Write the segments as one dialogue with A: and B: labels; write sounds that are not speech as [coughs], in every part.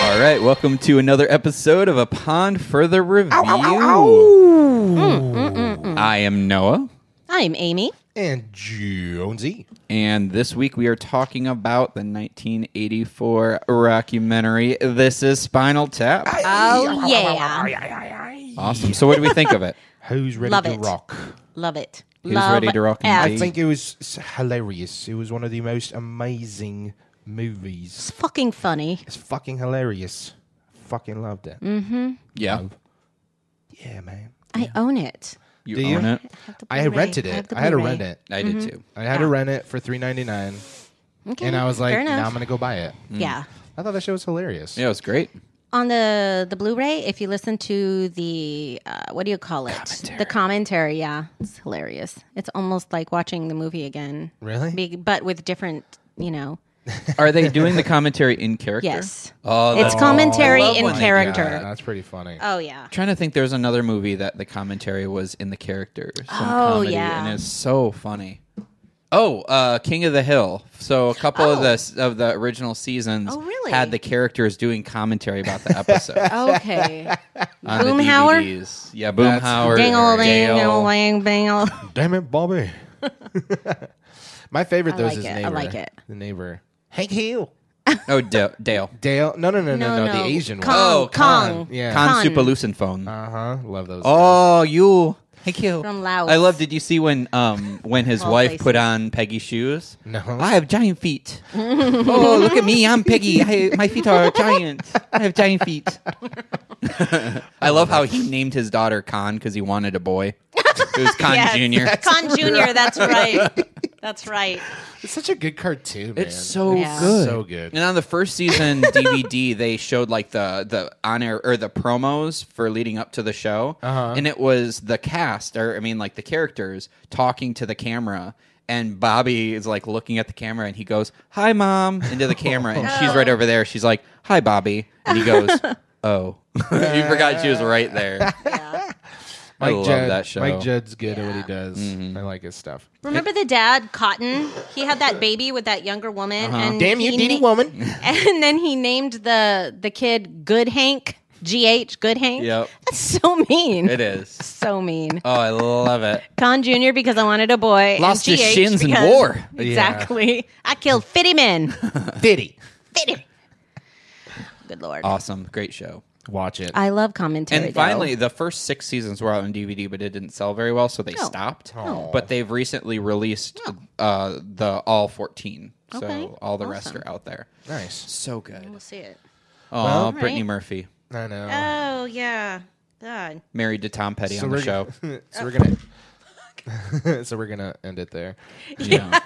A: welcome to another episode of Upon Further Review. I am Noah,
B: I'm Amy.
C: And Jonesy.
A: and this week we are talking about the 1984 rockumentary This is Spinal Tap.
B: Oh yeah,
A: Awesome. So, what do we think of it?
C: Who's ready
B: Love
C: to
B: it.
C: rock?
B: love it.
A: Who's
B: love
A: ready to rock and
B: out.
A: be?
C: I think it was s- hilarious. It was one of the most amazing movies.
B: It's fucking funny.
C: It's fucking hilarious. Fucking loved it.
B: Mm.
A: Yeah,
C: Yeah, man.
B: I own it.
A: you
C: Do you?
A: own it.
B: have the
C: I had
B: Blu-ray.
C: rented
B: I have
C: it.
B: the
C: I had to
B: Blu-ray.
C: rent it.
A: I did too.
C: I had to rent it for three ninety nine,
B: Okay,
C: and I was like,
B: fair enough.
C: "Now I'm gonna go buy it."
B: yeah.
C: I thought that show was hilarious.
A: Yeah, it was great.
B: On the the Blu-ray, if you listen to the uh, what do you call it? The commentary. Yeah, it's hilarious. It's almost like watching the movie again.
C: Really?
B: Be- but with different, you know.
A: Are they doing the commentary in character?
B: Yes.
A: Oh,
B: It's
A: that's-
B: commentary
A: I love
B: in
A: when they do
B: character.
C: Yeah, that's pretty funny.
B: Oh yeah.
A: trying to think there's another movie that the commentary was in the character some
B: Oh,
A: comedy,
B: yeah.
A: and it's so funny oh uh king of the hill so a couple of the of the original seasons
B: Oh, really?
A: had the characters doing commentary about the
B: [laughs]
A: episode
B: Okay.
A: on the
B: Boomhauer?
A: DVDs. yeah boomhauer
B: Ding old ding
A: Dale.
B: old ding ding old.
C: Damn
B: [laughs]
C: it, Bobby. [laughs] My favorite though
B: like
C: is his
B: it. I
C: neighbor.
B: like it.
C: The neighbor. Hank Hill.
A: oh Da- dale
C: Dale. No, no, no, no,
B: No, no.
C: no. The Asian
B: Kong,
C: one.
A: Oh,
B: Kong.
C: Yeah.
A: con
B: Con.
A: superlucenphone
C: Uh huh. Love those.
A: oh you thank you
B: From Laos.
A: i love did you see when um when his
B: All
A: wife
B: places.
A: put on peggy's shoes
C: No.
A: I have giant feet. oh, look at me. I'm Peggy. I, my feet are giant. I have giant feet. [laughs] I love how he named his daughter Khan because he wanted a boy. It was Khan
B: Yes.
A: Jr.
B: Con Junior. That's right.
A: [laughs]
B: That's right.
C: [laughs] It's such a good cartoon.
A: It's
C: man.
A: so
B: Yeah.
A: good.
C: So good.
A: And on the first season DVD, they showed like the the on air or the promos for leading up to the show,
C: Uh-huh.
A: and it was the cast or I mean like the characters talking to the camera. And Bobby is like looking at the camera and he goes, Hi, mom, into the camera. And she's right over there. She's like, Hi, Bobby. And he goes, Oh. [laughs] you forgot she was right there.
B: Yeah.
A: I
C: Mike
A: love
C: Judd,
A: that show.
C: Mike Judd's good at what he does. I like his stuff.
B: Remember the dad, Cotton? He had that baby with that younger woman. And
C: Damn you,
B: he
C: Diddy
B: na-
C: woman.
B: [laughs] And then he named the the kid Good Hank, G H Good Hank.
A: Yep.
B: That's so mean.
A: It is.
B: So mean.
A: Oh, I love it.
B: Con Junior because I wanted a boy. and
A: Lost his
B: GH
A: shins in
B: because-
A: war.
B: [laughs] Exactly. I killed
A: [laughs]
B: 50 men.
C: Diddy.
B: 50. Good lord.
A: Awesome. Great show.
C: Watch it.
B: I love commentary.
A: And
B: though.
A: finally, the first six seasons were out on DVD, but it didn't sell very well, so they
B: Oh.
A: stopped.
C: Oh.
A: But they've recently released uh, the all fourteen, so
B: Okay.
A: all the rest
B: Awesome.
A: are out there.
C: nice.
A: So good.
B: We'll see it.
A: Oh,
C: Well-
A: Brittany
B: Alright.
A: Murphy,
C: I know.
B: Oh, yeah. God.
A: married to Tom Petty
C: so
A: on
C: we're
A: the show.
C: Gonna, [laughs] so we're gonna. so we're gonna [laughs] end
B: [laughs]
C: it there.
A: yeah.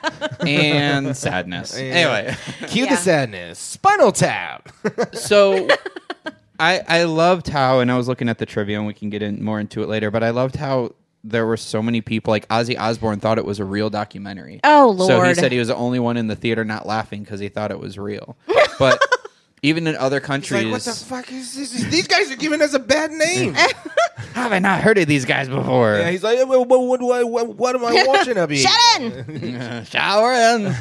A: and sadness.
C: [laughs]
A: Anyway,
C: Cue
B: Yeah.
C: the sadness. Spinal Tap. [laughs]
B: [laughs]
A: so. I, I loved how, and I was looking at the trivia, and we can get in more into it later. But I loved how there were so many people, like Ozzy Osbourne, thought it was a real documentary.
B: Oh,
A: So he
B: Lord.
A: said he was the only one in the theater not laughing because he thought it was real.
B: [laughs]
A: But even in other countries,
C: like, what the fuck is this? These guys are giving us a bad name.
A: [laughs] have I not heard of these guys before? [laughs]
C: yeah, he's like, "Eh, well, what, what, do I- what, what
B: [laughs]
C: am I watching up here?
B: Shut in.
A: Shower
B: [laughs]
A: in.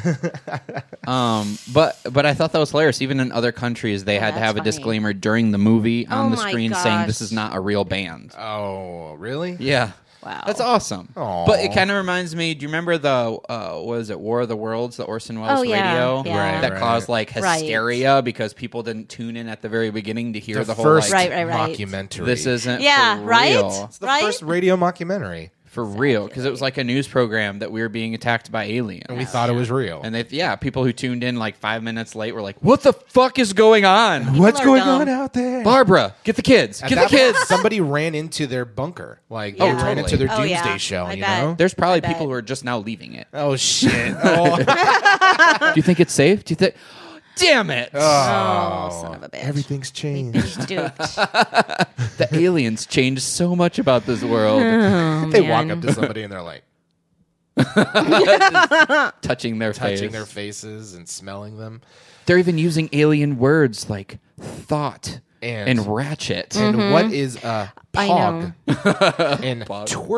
A: um, but but I thought that was hilarious. Even in other countries, they had to
B: that's
A: have a
B: funny.
A: disclaimer during the movie on
B: Oh
A: the
B: my
A: screen saying
B: gosh.
A: this is not a real band.
C: Oh, really?
A: Yeah.
B: Wow.
A: That's awesome.
C: Aw.
A: But it kind of reminds me. Do you remember the uh, what is it War of the Worlds, the Orson Welles
B: Oh, yeah.
A: radio
B: Yeah. Right,
A: that
C: right.
A: caused like
B: Right.
A: hysteria because people didn't tune in at the very beginning to hear the, whole
C: first
A: like,
B: Right, right, right.
C: mockumentary.
A: this isn't
B: Yeah,
A: for
B: right?
A: real.
C: It's the
B: Right?
C: first radio mockumentary,
A: for real because it was like a news program that we were being attacked by aliens
C: and we thought it was real.
A: and they yeah people who tuned in like five minutes late were like what the fuck is going on
C: What's
B: are
C: going
B: dumb.
C: on out there?
A: barbara get the kids
C: At
A: get the
C: that point,
A: kids
C: somebody ran into their bunker. Like
B: Yeah.
C: they ran into their
B: Oh,
C: doomsday
B: yeah.
C: shell.
B: I
C: you
B: bet.
C: know.
A: there's probably
B: bet.
A: people who are just now leaving it
C: oh [laughs] shit!
B: [laughs]
C: Oh,
A: do you think it's safe do you think [gasps] damn it
B: Oh, son of a bitch.
C: everything's changed.
B: He's duped.
A: the
B: [laughs]
A: aliens changed so much about this world
B: Oh,
C: they walk up to somebody and they're [laughs] like
A: touching their
C: touching
A: face
C: their faces and smelling them.
A: they're even using alien words like thought
C: And-
A: and ratchet [laughs]
C: And what is a
B: Mm-hmm. I
C: pog? [laughs] and twerking.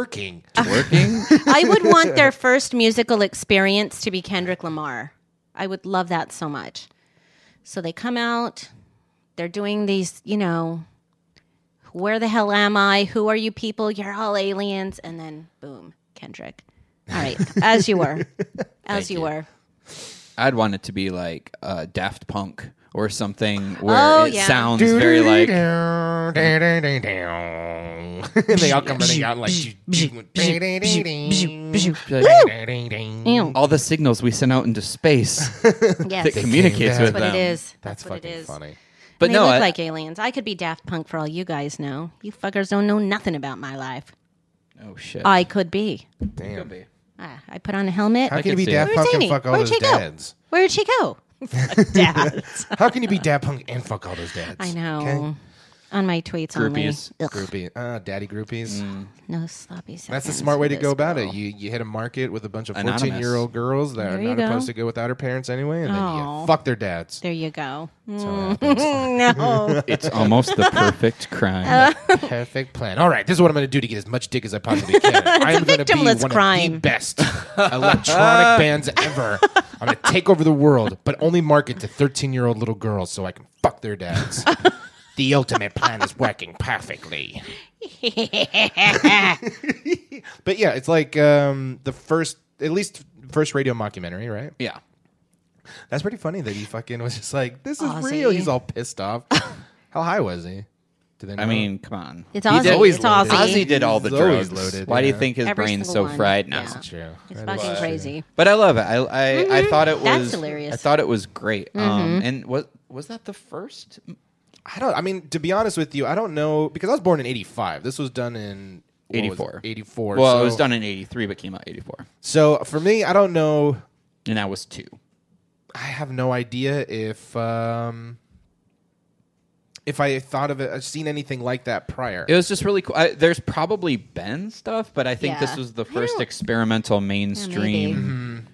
A: working
B: I would want their first musical experience to be Kendrick Lamar. I would love that so much. So they come out, they're doing these, you know, where the hell am I? Who are you people? You're all aliens. And then boom, Kendrick. All right, as
A: [laughs]
B: you were, as
A: Thank
B: you,
A: you.
B: were.
A: I'd want it to be like uh, Daft Punk or something where
B: Oh,
A: it
B: yeah.
A: sounds very
C: [laughs]
A: like
C: and they all come running out like
B: Ew.
A: all the signals we send out into
C: [laughs]
A: space
B: Yes,
A: that communicates with
C: back.
B: that's what
A: them.
B: it is.
C: That's
B: what it
C: fucking
B: is.
C: funny.
A: But
B: they
A: no,
B: look
A: I,
B: like aliens. I could be Daft Punk for all you guys know. You fuckers don't know nothing about my life.
A: oh shit,
B: I could be.
C: Damn.
B: Ah, I put on a helmet.
C: How
A: can
C: can you be
A: see
C: Daft
A: it.
B: Where's
C: Punk and
B: Amy?
C: fuck all
B: Where'd
C: those
B: she go?
C: dads?
B: Where did she go? [laughs] Fuck Dad.
C: How can you be Daft Punk and fuck all those dads?
B: [laughs] I know. On my tweets
A: Groupies.
B: only. Ugh,
C: Groupie, uh, daddy groupies.
B: no sloppy seconds.
C: That's the smart way to
B: with
C: go
B: this
C: about
B: girl.
C: it. You you hit a market with a bunch of
A: Anonymous.
C: fourteen year old girls that
B: There
C: are
B: you
C: not
B: go.
C: supposed to go without her parents anyway, and then
B: Aw. Mm.
C: you fuck their dads.
B: There you
C: [laughs]
B: go. [laughs]
C: That's what happens.
B: no.
A: it's almost
B: [laughs]
A: the perfect
B: Uh.
A: crime.
C: Perfect plan. All right, this is what I'm going to do to get as much dick as I possibly
B: [laughs]
C: can. I'm going to be
B: victimless
C: one of the
B: crime.
C: best [laughs] electronic bands ever. I'm going to take over the world, but only market to 13 year old little girls so I can fuck their dads.
B: [laughs]
C: the ultimate plan is working perfectly. but yeah, it's like um, the first, at least first radio mockumentary, right?
A: yeah,
C: That's pretty funny that he fucking was just like, "This is
B: Ozzy.
C: real." He's all
B: [laughs]
C: pissed off. How high was he? Do they know?
A: I mean, come on,
B: It's
A: He
B: Ozzy.
A: did-
B: Always It's loaded. Ozzy.
A: Ozzy did all the
C: He's always
A: drugs.
C: loaded,
A: Why do you
C: yeah.
A: think his
B: Every
A: brain's so
B: single one.
A: fried? No,
B: Yeah.
C: That's true.
B: [laughs] It's
C: That is
B: fucking
C: true.
B: crazy.
A: But I love it. I I, I thought it was
B: That's hilarious. Mm-hmm.
A: I thought it was great. Um, and was was that the first?
C: I don't. I mean, to be honest with you, I don't know because I was born in '85. This was done in what was it,
A: 84.
C: 84.
A: Well,
C: so,
A: it was done in '83, but came out '84,
C: So for me, I don't know.
A: and that was two.
C: I have no idea if um, if I thought of it, I've seen anything like that prior.
A: It was just really cool. I, there's probably been stuff, but I think
B: Yeah.
A: this was the
B: I
A: first
B: don't- Mm-hmm.
A: experimental mainstream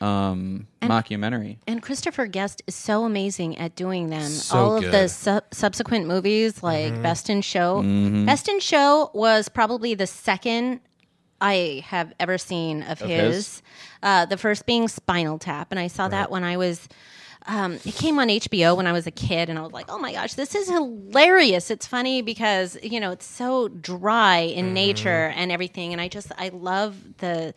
A: um, mockumentary.
B: And Christopher Guest is so amazing at doing them.
C: So
B: All of the
C: good.
B: su- subsequent movies, like
C: Mm-hmm.
B: Best in Show. Best in Show was probably the second I have ever seen of,
A: his?
B: his. Uh, the first being Spinal Tap, and I saw that when I was. Um, it came on HBO when I was a kid, and I was like, "Oh my gosh, this is hilarious!" It's funny because you know it's so dry in nature and everything, and I just I love the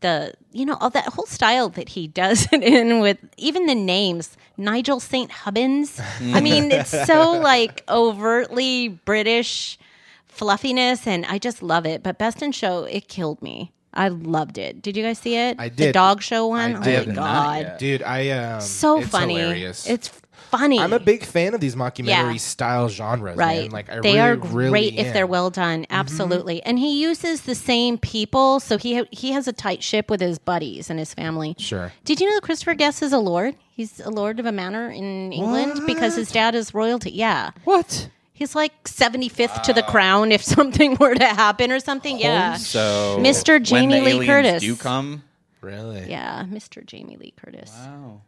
B: the you know all that whole style that he [laughs] does it in with even the names Nigel St Hubbins. I mean, it's [laughs] so like overtly British fluffiness and I just love it. But Best in Show, it killed me. I loved it. Did you guys see it?
C: I
B: The
C: did.
B: dog show one? oh
C: did
B: my
A: not
B: god.
A: yet.
C: Dude, I um,
B: So
C: it's
B: funny.
C: Hilarious.
B: It's funny.
C: I'm a big fan of these mockumentary
B: Yeah.
C: style genres.
B: right.
C: Man. Like I
B: they
C: really,
B: are
C: really
B: great if they're
C: am. Mm-hmm.
B: well done. Absolutely. And he uses the same people, so he ha- he has a tight ship with his buddies and his family.
C: Sure.
B: Did you know that Christopher Guest is a lord? He's a lord of a manor in England because his dad is royalty. Yeah.
A: What?
B: He's like 75th to the crown if [laughs] something were to happen or something. yeah.
A: So
B: Mr.
A: when the
B: Jamie Lee
A: aliens
B: Curtis.
A: do come.
C: Really?
B: Yeah, Mr. Jamie Lee Curtis.
A: Wow.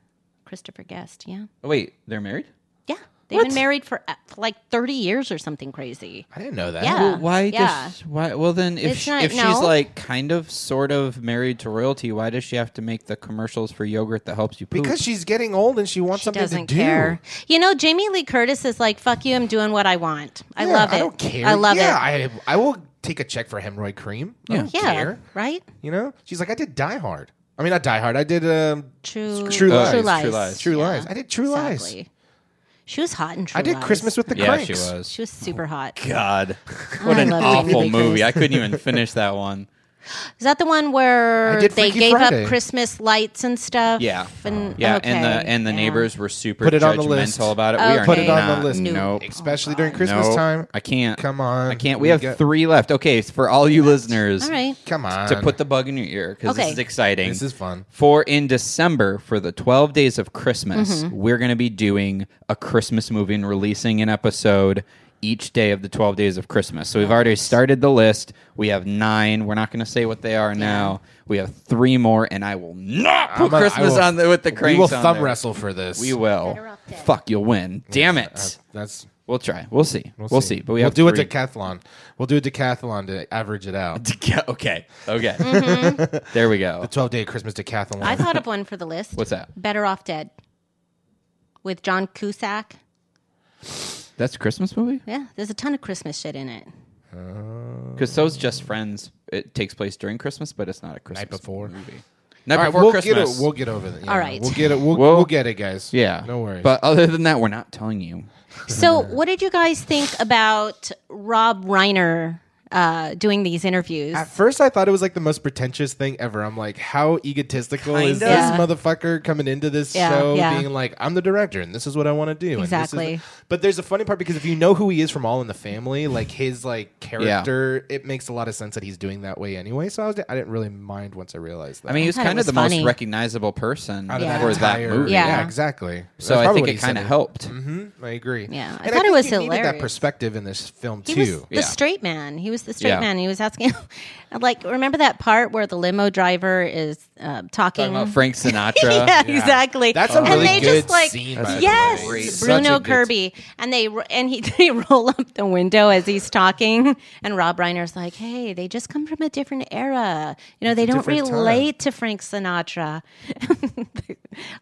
B: Christopher Guest, yeah.
A: Oh, wait, they're married.
B: Yeah. They've been married for, uh, for like 30 years or something crazy.
C: I didn't know that.
B: Yeah.
A: Well, why
B: yeah.
A: does why? Well, then if
B: It's
A: she,
B: not-
A: if she's
B: no.
A: like kind of sort of married to royalty, why does she have to make the commercials for yogurt that helps you poop?
C: Because she's getting old and she
B: She
C: wants something
B: doesn't
C: to do.
B: care. You know, Jamie Lee Curtis is like, fuck you, I'm doing what I want. I
C: Yeah,
B: love it.
C: I don't care.
B: I love it.
C: yeah, I, I will take a check for hemorrhoid cream. I don't
B: yeah.
C: care.
B: Right?
C: You know? She's like, I did Die Hard. I mean, not Die Hard. I did um,
B: True,
C: True Lies.
B: True
C: True
B: Lies.
A: Lies.
C: True Lies. I did True Lies.
B: Exactly. She was hot in True
C: I did
B: Lies.
C: Christmas with Oh, the
A: yeah,
C: Cranks.
A: she was.
B: She was super hot.
A: [laughs] God, what
B: I
A: an
B: love Jamie
A: awful
B: Lee
A: movie!
B: Curtis.
A: I couldn't
B: [laughs]
A: even finish that one.
B: Is that the one where
C: I did
B: they
C: Freaky
B: gave
C: Friday.
B: up Christmas lights and stuff?
A: Yeah.
B: And,
A: Yeah,
B: okay.
A: and the and the
B: Yeah.
A: neighbors were super
C: Put it
A: judgmental
C: on the list.
A: about it. We are
B: Okay. Put it
A: not,
B: on the list.
A: Nope.
B: Nope.
C: Especially during Christmas
A: Nope.
C: time.
A: I can't.
C: Come on.
A: I can't. We have
C: got-
A: three left. Okay, it's for all you listeners.
B: All right.
C: Come on.
A: To put the bug in your ear because
B: Okay.
A: this is exciting.
C: This is fun.
A: For in December, for the 12 days of Christmas, we're going to be doing a Christmas movie and releasing an episode each day of the 12 days of Christmas. So we've already started the list. We have nine. We're not going to say what they are now. We have three more, and I will not put
C: I'm gonna- I
A: Christmas
C: will-
A: on there with the cranks.
C: We will
A: on
C: thumb
A: there.
C: wrestle for this. Uh,
A: We will. Fuck, you'll win. Damn it.
C: That's
A: We'll try. We'll see. We'll, see. But we
C: will
A: have
C: do
A: three.
C: a decathlon. We'll do a decathlon to average
A: [laughs]
C: it out.
A: Deca- okay. Okay. there we go.
C: Twelve day Christmas decathlon.
B: I thought of one for the list.
A: What's that?
B: Better Off Dead with John Cusack.
A: That's a Christmas movie?
B: Yeah, there's a ton of Christmas shit in it.
A: Because so's just friends. It takes place during Christmas, but it's not a Christmas
C: before.
A: movie. Night
C: All right,
A: before
C: we'll get
A: Christmas.
C: it. We'll get over it.
B: All right.
C: we'll get it. We'll,
A: Well-
C: we'll get it, guys.
A: yeah,
C: no worries.
A: But other than that, we're not telling you.
B: So, what did you guys think about Rob Reiner uh, doing these interviews?
C: At first, I thought it was like the most pretentious thing ever. I'm like, how egotistical is
A: Kinda.
C: this
B: Yeah.
C: motherfucker coming into this
B: Yeah,
C: show
B: yeah.
C: being like, I'm the director and this is what I want to do. and this is the-"
B: Exactly.
C: But there's a funny part because if you know who he is from All in the Family, like his like character, it makes a lot of sense that he's doing that way anyway. So I, was, I didn't really mind once I realized that.
A: I mean, he was
B: thought it
A: kind
B: was
A: of the
B: funny.
A: most recognizable person
C: Out of
B: Yeah.
A: for
C: entire-
A: that movie.
B: Yeah.
C: exactly.
A: So I think it kind of helped.
C: hmm I agree.
B: Yeah, I
C: And
B: thought it was
C: you needed that
B: hilarious.
C: perspective in this film
B: he
C: too.
B: was
A: Yeah.
B: the straight man. He was the straight
A: Yeah.
B: man. He was asking, [laughs] like, remember that part where the limo driver is uh, talking?
A: Talking about Frank Sinatra.
B: [laughs] yeah, exactly.
C: That's a
B: and
C: really
B: they
C: good
B: just like,
C: scene, by the
B: yes,
C: way. Such a
B: Bruno
C: good-
B: Kirby, and they ro- and he [laughs] they roll up the window as he's talking, and Rob Reiner's like, "Hey, they just come from a different era. You know, they don't
C: different time."
B: relate to Frank Sinatra." [laughs] The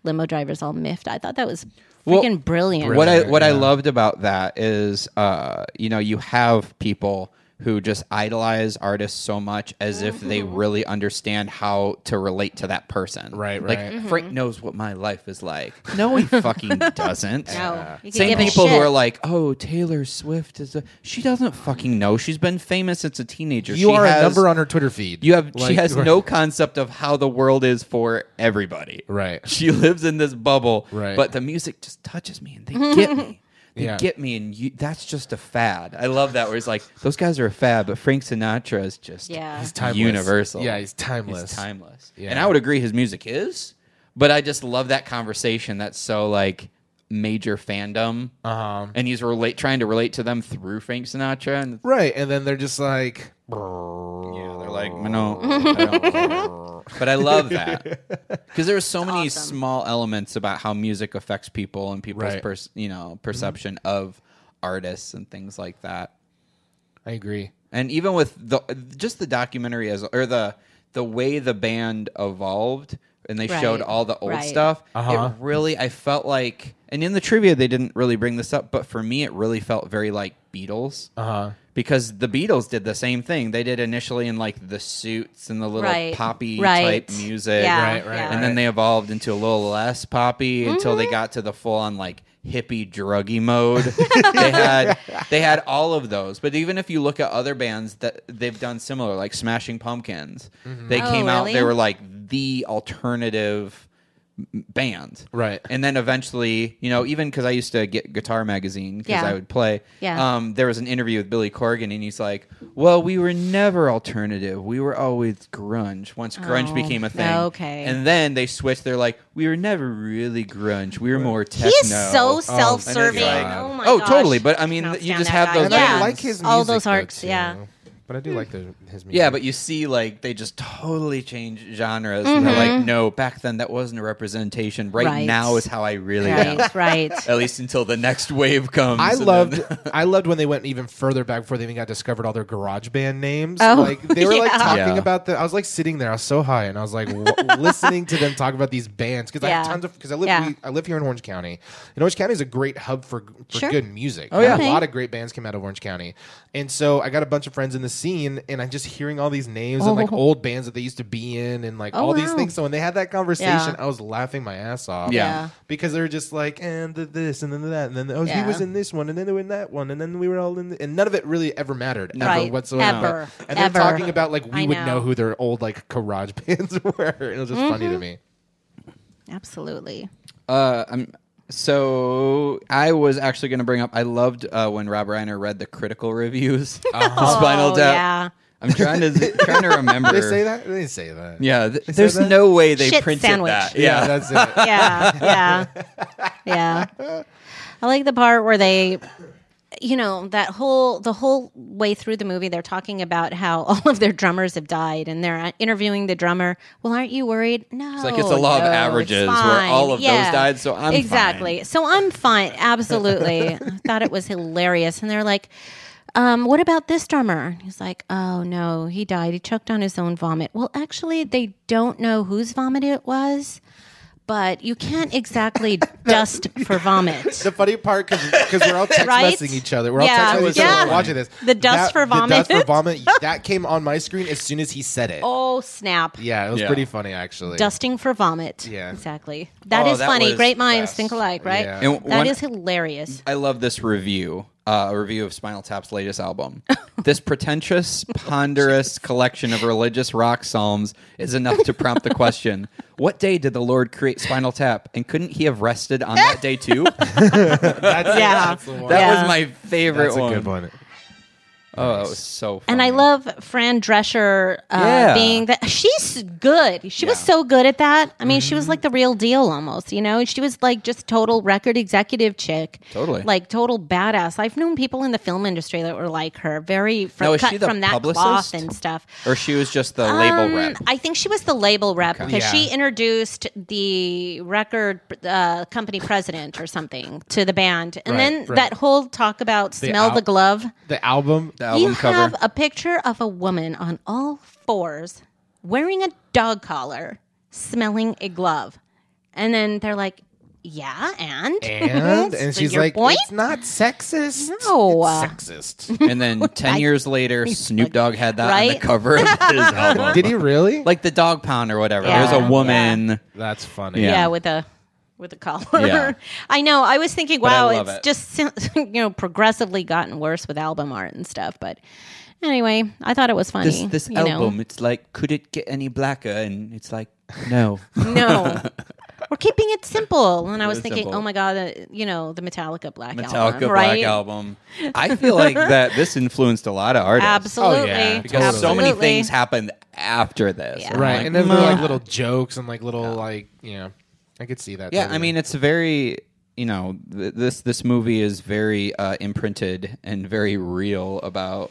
B: Limo drivers all miffed. I thought that was
A: Well,
B: freaking brilliant.
A: What I
C: Brilliant,
A: what I
C: yeah.
A: loved about that is, uh, you know, you have people who just idolize artists so much as if they
B: Mm-hmm.
A: really understand how to relate to that person.
C: Right,
A: Like
B: Mm-hmm.
C: right.
A: Frank knows what my life is like. No, he [laughs]
C: [laughs]
A: fucking doesn't.
B: No, you could
A: Same
B: give a
A: people who
B: shit.
A: are like, "Oh, Taylor Swift is a she doesn't fucking know. She's been famous since a teenager.
C: You
A: she
C: are
A: has,
C: a number on her Twitter feed.
A: You have she
C: Like,
A: has
C: you are-
A: no concept of how the world is for everybody. [laughs]
C: Right.
A: She lives in this bubble.
C: Right.
A: But the music just touches me and they get
C: [laughs]
A: me. They
C: Yeah.
A: get me and you, that's just a fad. I love that where he's like, those guys are a fad, but Frank Sinatra is just
B: Yeah. He's
C: timeless.
A: universal.
C: Yeah, he's timeless.
A: He's timeless.
C: Yeah.
A: And I would agree his music is, but I just love that conversation that's so like major fandom.
C: Uh-huh.
A: And he's relate trying to relate to them through Frank Sinatra and
C: Right, and then they're just like,
A: Yeah, they're like, no. I don't." Oh. [laughs] but I love that [laughs] because there are so many
B: awesome.
A: small elements about how music affects people and people's
C: Right.
A: pers- you know perception of artists and things like that.
C: I agree.
A: And even with the just the documentary as or the the way the band evolved and they showed
B: Right,
A: all the old
B: right.
A: stuff,
C: Uh-huh.
A: it really I felt like and in the trivia they didn't really bring this up, but for me it really felt very like Beatles
C: Uh huh.
A: because the Beatles did the same thing. They did initially in like the suits and the little
B: Right.
A: poppy
B: Right.
A: type music,
B: Yeah.
C: Right, right,
B: yeah. Mm-hmm.
A: and then they evolved into a little less poppy until they got to the full on like hippie druggy
B: [laughs]
A: mode. they had they had all of those, but even if you look at other bands that they've done similar, like Smashing Pumpkins,
C: Mm-hmm.
A: they
B: Oh,
A: came out. They
B: really?
A: were like the alternative m- band
C: Right.
A: and then eventually you know even because i used to get guitar magazine because
B: Yeah.
A: i would play
B: Yeah.
A: um, there was an interview with billy corgan and he's like well we were never alternative we were always grunge once grunge
B: Oh,
A: became a thing
B: okay.
A: and then they switched they're like we were never really grunge we were more techno
B: He is so self-serving.
A: And it's Oh, like-
B: oh, my
A: oh
B: gosh.
A: totally but i mean
B: Cannot
A: you
B: stand
A: just
B: that
A: have
B: guy.
A: those
C: And
B: Yeah.
C: I
A: bands.
C: like his music.
B: All those
C: though,
B: arcs,
C: too.
B: yeah.
C: But I do like the, his music.
A: yeah, but you see, like they just totally change genres. And they're like, no, back then that wasn't a representation. Right,
B: Mm-hmm. Right.
A: now is how I really am.
B: right, right.
A: At least until the next wave comes.
C: I
A: and Um, then-
B: [laughs]
C: loved
A: [laughs]
C: I loved when they went even further back before they even got discovered all their garage band names.
B: Oh,
C: like they were like
B: [laughs] yeah.
C: talking
A: Yeah.
C: about the I was like sitting there, I was so high and I was like
B: [laughs]
C: w- listening to them talk about these bands cuz I have
B: Yeah.
C: tons of cuz I live
B: Yeah.
C: we, I live here in Orange County. And Orange County is a great hub for, for
B: Sure.
C: good music.
A: Oh, yeah.
C: a lot of great bands came out of Orange County. And so I got a bunch of friends in the scene and I'm just hearing all these names and like
B: Oh.
C: old bands that they used to be in and like
B: Oh,
C: all these
B: wow.
C: things. So when they had that conversation, I was laughing my ass off
A: Yeah.
B: Yeah.
C: because they were just like and the, this and then the that and then the, oh he
B: Yeah.
C: was in this one and then they were in that one and then we were all in the, and none of it really ever mattered ever
B: Right.
C: whatsoever
B: Ever.
C: and they're
B: Ever.
C: talking about like we
B: I
C: would
B: know. Mm-hmm.
C: know who their old like garage [laughs] bands were and it was just funny to me
A: [laughs]
B: Absolutely.
A: Uh, I'm, so I was actually going to bring up. I loved uh, when Rob Reiner read the critical reviews. [laughs] of Spinal
B: Oh,
A: Tap.
B: yeah.
A: I'm trying
B: [laughs]
A: to trying to remember.
C: they say that they didn't say that
A: Yeah, th-
C: say
A: there's
C: that?
A: no way they
B: Shit
A: printed
B: sandwich.
A: that.
C: yeah,
A: Yeah, [laughs]
C: that's it
B: yeah, yeah, yeah. I like the part where they, you know, that whole the whole way through the movie, they're talking about how [laughs] all of their drummers have died, and they're interviewing the drummer. Well, aren't you worried? No,
A: like it's a law of
B: no, it's
A: averages where
B: fine.
A: all of those died, so I'm
B: exactly. So I'm fine. Absolutely, I thought it was hilarious, and they're like. Um, what about this drummer? And He's like, oh no, he died. He choked on his own vomit. Well, actually, they don't know whose vomit it was but you can't
C: [laughs]
B: exactly dust for vomit.
C: The funny part because we're all text
B: Right?
C: messaging each other. We're all
B: Yeah.
C: texting each
B: Yeah.
C: other. while watching this.
B: The dust for
C: The
B: vomit.
C: dust for vomit.
B: [laughs]
C: That came on my screen as soon as he said it.
B: [laughs] Oh snap!
C: Yeah, it was
A: Yeah.
C: pretty funny actually.
B: Dusting for vomit.
C: Yeah. Oh,
B: exactly. That is
A: that
B: funny.
A: was
B: Great minds
C: best.
B: think alike, right?
C: Yeah.
B: That
A: And
B: is
A: one-
B: hilarious.
A: I love this review. Uh, a review of Spinal Tap's latest
B: [laughs]
A: album. this pretentious, ponderous collection of religious rock psalms is enough to prompt the
B: [laughs]
A: question: What day did the Lord create Spinal Tap, and couldn't He have rested on that day
B: [laughs]
A: too? That
C: That's,
B: Yeah.
C: that's the one.
B: That- Yeah.
A: was my favorite
C: That's a
A: one.
C: good one.
A: Oh, that was so. Funny.
B: And I love Fran Drescher uh,
A: Yeah.
B: being that she's good. She was so good at that. I mean, she
A: Mm-hmm.
B: was like the real deal almost, you know? She was like just total record executive chick.
A: Totally.
B: Like total badass. I've known people in the film industry that were like her, very from,
A: Now, is
B: cut
A: she the
B: from that
A: publicist?
B: cloth and stuff.
A: Or she was just the label
B: Um,
A: rep.
B: I think she was the label rep because
C: Yeah.
B: she introduced the record uh, company president or something to the band. And
C: Right,
B: then
C: right.
B: that whole talk about smell
C: al-
B: the glove
C: The album.
A: The album
B: you
A: cover.
B: have a picture of a woman on all fours wearing a dog collar, smelling a glove. And then they're like, yeah, and?
C: and
B: So
C: and she's
B: your
C: like,
B: point?
C: it's not sexist.
B: No.
C: It's
B: [laughs]
C: sexist.
A: and then ten years later, Snoop Dogg had that on
B: right?
A: the cover of [laughs] his album.
C: Did he really?
A: like the dog pound or whatever.
B: Yeah.
A: There's
B: Yeah.
A: a woman.
C: That's funny.
A: Yeah.
B: [laughs] yeah. with a with a collar.
A: Yeah.
B: [laughs] I know. I was thinking,
A: I
B: wow,
A: love
B: it's
A: it.
B: just [laughs] you know progressively gotten worse with album art and stuff. But anyway, I thought it was funny.
A: This this
B: you
A: album, it's like, could it get any blacker? And it's like, no. [laughs]
B: know? no. We're keeping it simple, and I was
A: Really
B: thinking,
A: simple.
B: oh my god, uh, you know the Metallica Black
A: Metallica
B: album,
A: Black
B: right?
A: album. I feel like that this influenced a lot of artists.
B: Absolutely,
A: Oh, Because so many
B: Absolutely.
A: things happened after this.
B: Yeah.
A: And I'm
C: Right.
A: like,
C: and then there were
A: "Meh."
C: like little jokes and like little like you know, I could see that.
A: Yeah, I
C: totally.
A: mean, it's very you know th- this this movie is very uh, imprinted and very real about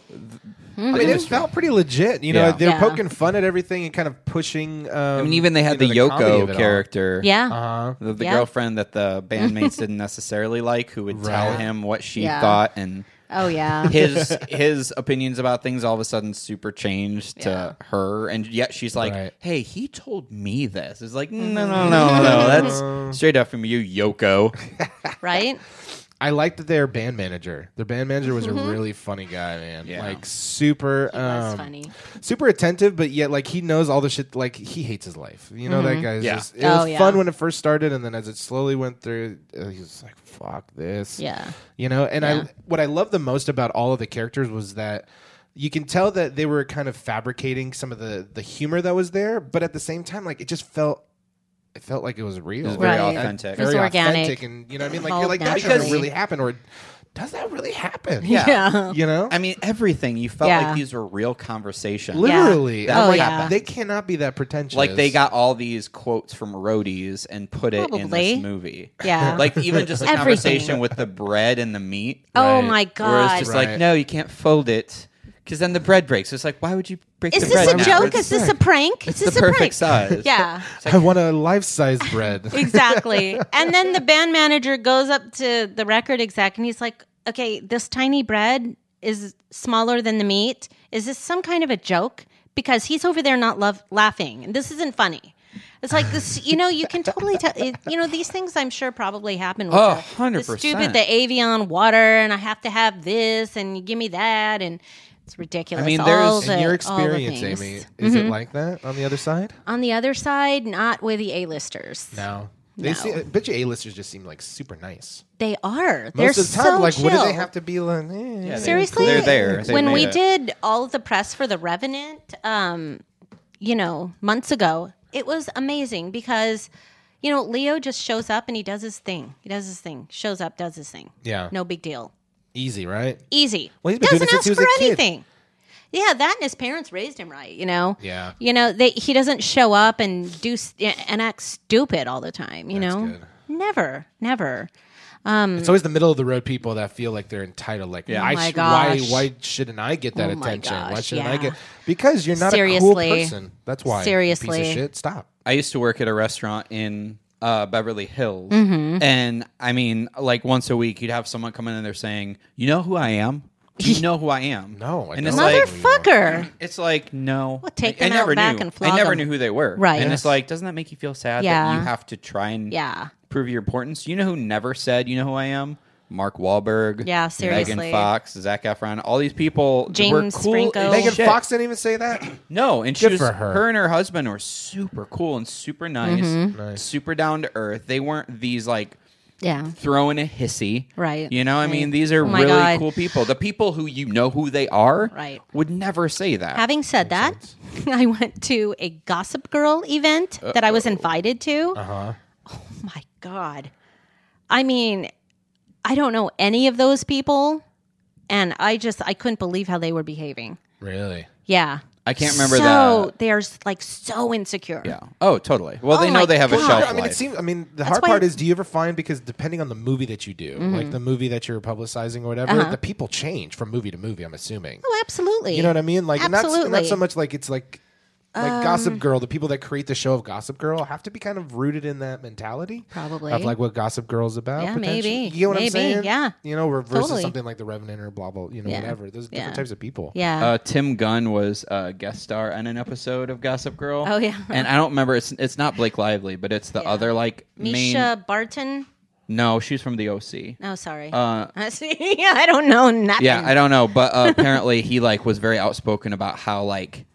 C: I mean, it felt pretty legit. You know,
A: Yeah.
C: they were
B: Yeah.
C: poking fun at everything and kind of pushing. Um,
A: I mean, even they had the Yoko character.
B: Yeah.
C: Uh,
A: The, the
B: Yeah.
A: girlfriend that
B: [laughs]
A: the bandmates didn't necessarily like, who would tell
C: Right.
A: him what she
B: Yeah.
A: thought,
B: [laughs]
A: and [laughs]
B: Oh yeah.
A: his his opinions about things all of a sudden super changed to her, and yet she's like,
C: Right.
A: "Hey, he told me this." It's like, no, no, no,
B: Mm-hmm.
A: no,
B: [laughs]
A: that's straight up from you, Yoko.
B: right?
C: I liked that their band manager. Their band manager was a really funny guy, man.
A: Yeah.
C: Like super,
B: Mm-hmm. was
C: um,
B: funny.
C: super attentive, but yet like he knows all the shit. Like he hates his life. You know that guy's
A: Yeah.
C: just. It
B: Oh,
C: was
B: yeah.
C: fun when it first started, and then as it slowly went through, uh, he was like, "Fuck this."
B: Yeah.
C: You know, and
B: Yeah.
C: I what I love the most about all of the characters was that you can tell that they were kind of fabricating some of the the humor that was there, but at the same time, like it just felt. It felt like it was real.
A: It's very
B: Right.
A: authentic.
B: It's
C: Very
B: organic.
C: authentic, and you know what I mean. Like
B: Evolved
C: you're like that doesn't
B: naturally.
C: really happen, or does that really happen?
B: Yeah.
C: you know,
A: I mean, everything you felt
B: Yeah.
A: like these were real conversations.
C: literally.
A: Yeah.
C: I'm
A: Oh,
C: like,
B: yeah.
C: they cannot be that pretentious.
A: Like they got all these quotes from roadies and put it in
B: Probably.
A: this movie.
B: Yeah.
A: Like even just a
B: [laughs] Everything.
A: conversation with the bread and the meat.
B: Oh
C: Right.
B: my
A: Where it's
B: god.
A: just
C: Right.
A: like, no, you can't fold it because then the bread breaks. It's like, why would you break
B: Is
A: the bread?
B: this a
A: now?
B: joke?
A: It's
B: Is this a prank? Is
A: the
B: this a
A: perfect
B: prank?
A: size.
B: Yeah.
C: I want a life size
B: [laughs]
C: bread.
B: Exactly. and then the band manager goes up to the record exec and he's like, "Okay, this tiny bread is smaller than the meat. Is this some kind of a joke? Because he's over there not love- laughing, and this isn't funny." It's like this, you know. You can totally tell. it- You know, these things I'm sure probably happen. With
A: Oh,
B: the- the
A: 100%.
B: Stupid, the Avion water, and I have to have this, and you give me that, and it's ridiculous.
A: I mean,
B: all
A: there's-
B: the,
C: In your
B: all the
C: experience,
B: things. Mm-hmm.
C: Amy, is it like that on the other side?
B: On the other side, not with the A-listers.
C: No. They
B: No.
C: see, I bet you A-listers just seem like super nice.
B: They are. They're
C: Most of the time,
B: so
C: like,
B: chill.
C: what do they have to be like?
A: [laughs]
C: eh?
A: Yeah, they-
B: Seriously,
A: They're there. They
B: when
A: made
B: we
A: it.
B: did all of the press for The Revenant, um, you know, months ago, it was amazing because, you know, Leo just shows up and he does his thing. He does his thing. Shows up, does his thing.
C: Yeah.
B: no big deal.
C: Easy, right?
B: Easy.
C: Well, he's been doing
B: doesn't
C: it since
B: ask
C: he was
B: for
C: a kid.
B: anything. Yeah, that and his parents raised him right. You know.
C: Yeah.
B: You know, they, he doesn't show up and do st- and act stupid all the time. You
C: That's
B: know,
C: good.
B: never, never.
C: It's always the middle of the road people that feel like they're entitled. Like,
A: Yeah.
B: Mm. Oh
C: I
B: my
C: sh- why,
B: gosh.
C: why shouldn't I get that
B: Oh my
C: attention? why
B: gosh,
C: shouldn't I
B: yeah.
C: get? Because you're not a cool
B: Seriously.
C: person. That's why. you
B: Seriously.
C: piece of shit. Stop.
A: I used to work at a restaurant in uh, Beverly Hills,
B: Mm-hmm.
A: and I mean, like once a week, you'd have someone come in and they're saying, "You know who I am? Do
B: [laughs]
A: you know who I am?
C: No, I
A: and
C: don't.
A: it's like
B: Motherfucker.
A: it's like no.
B: Well, take
A: I, I
B: them out
A: never
B: back
A: knew.
B: and flog
A: I never
B: them.
A: knew who they were.
B: Right.
A: and it's like doesn't that make you feel sad that
B: Yeah.
A: you have to try and
B: Yeah.
A: prove your importance? You know who never said you know who I am? Mark Wahlberg.
B: Yeah,
A: Megan
B: seriously.
A: Fox, Zach Efron, all these people that were
B: James
A: cool
B: Franco.
A: as
C: Megan
A: shit.
C: Fox didn't even say that.
A: [coughs] No, and she
C: Good
A: was,
C: for her.
A: her. and her husband were super cool and super nice,
B: Mm-hmm.
C: Nice.
A: super down to earth. They weren't these like
B: Yeah.
A: throwing a hissy.
B: Right.
A: You know, I
B: Right.
A: mean, these are
B: Oh my
A: really
B: God.
A: cool people. The people who you know who they are
B: Right.
A: would never say that.
B: Having said that, [laughs] I went to a Gossip Girl event that I was invited to.
C: Uh-huh.
B: Oh my God. I mean, I don't know any of those people. And I just, I couldn't believe how they were behaving.
C: Really?
B: Yeah.
A: I can't remember
B: so,
A: that.
B: they are like so insecure.
A: Yeah. Oh, totally. Well,
B: Oh
A: they
B: my
A: know they have a
B: God.
A: shelf
C: I mean,
A: life.
C: it seems. I mean, the hard
B: why- Mm-hmm.
C: part is, do you ever find because depending on the movie that you do, like the movie that you're publicizing or whatever,
B: Uh-huh.
C: the people change from movie to movie. I'm assuming.
B: Oh, absolutely.
C: You know what I mean? Like, and not, s- not
B: Absolutely. Um,
C: so much like it's like like Gossip Girl. The people that create the show of Gossip Girl have to be kind of rooted in that mentality,
B: Probably.
C: of like what Gossip Girl's about.
B: Yeah,
C: potentially.
B: maybe.
C: You know what I'm
B: Maybe,
C: saying?
B: yeah.
C: You know, or versus
B: Totally.
C: something like The Revenant or blah blah. You know,
B: Yeah.
C: whatever. There's different
B: Yeah.
C: types of people.
B: Yeah.
A: Uh, Tim Gunn was a guest star on an episode of Gossip Girl.
B: Oh, yeah.
A: and I don't remember. It's it's not Blake Lively, but it's the other like main.
B: Misha Barton.
A: No, she's from the OC.
B: No, sorry. [laughs]
A: Uh,
B: I See, I don't know nothing.
A: Yeah, I don't know, but
B: [laughs]
A: uh, apparently he like was very outspoken about how like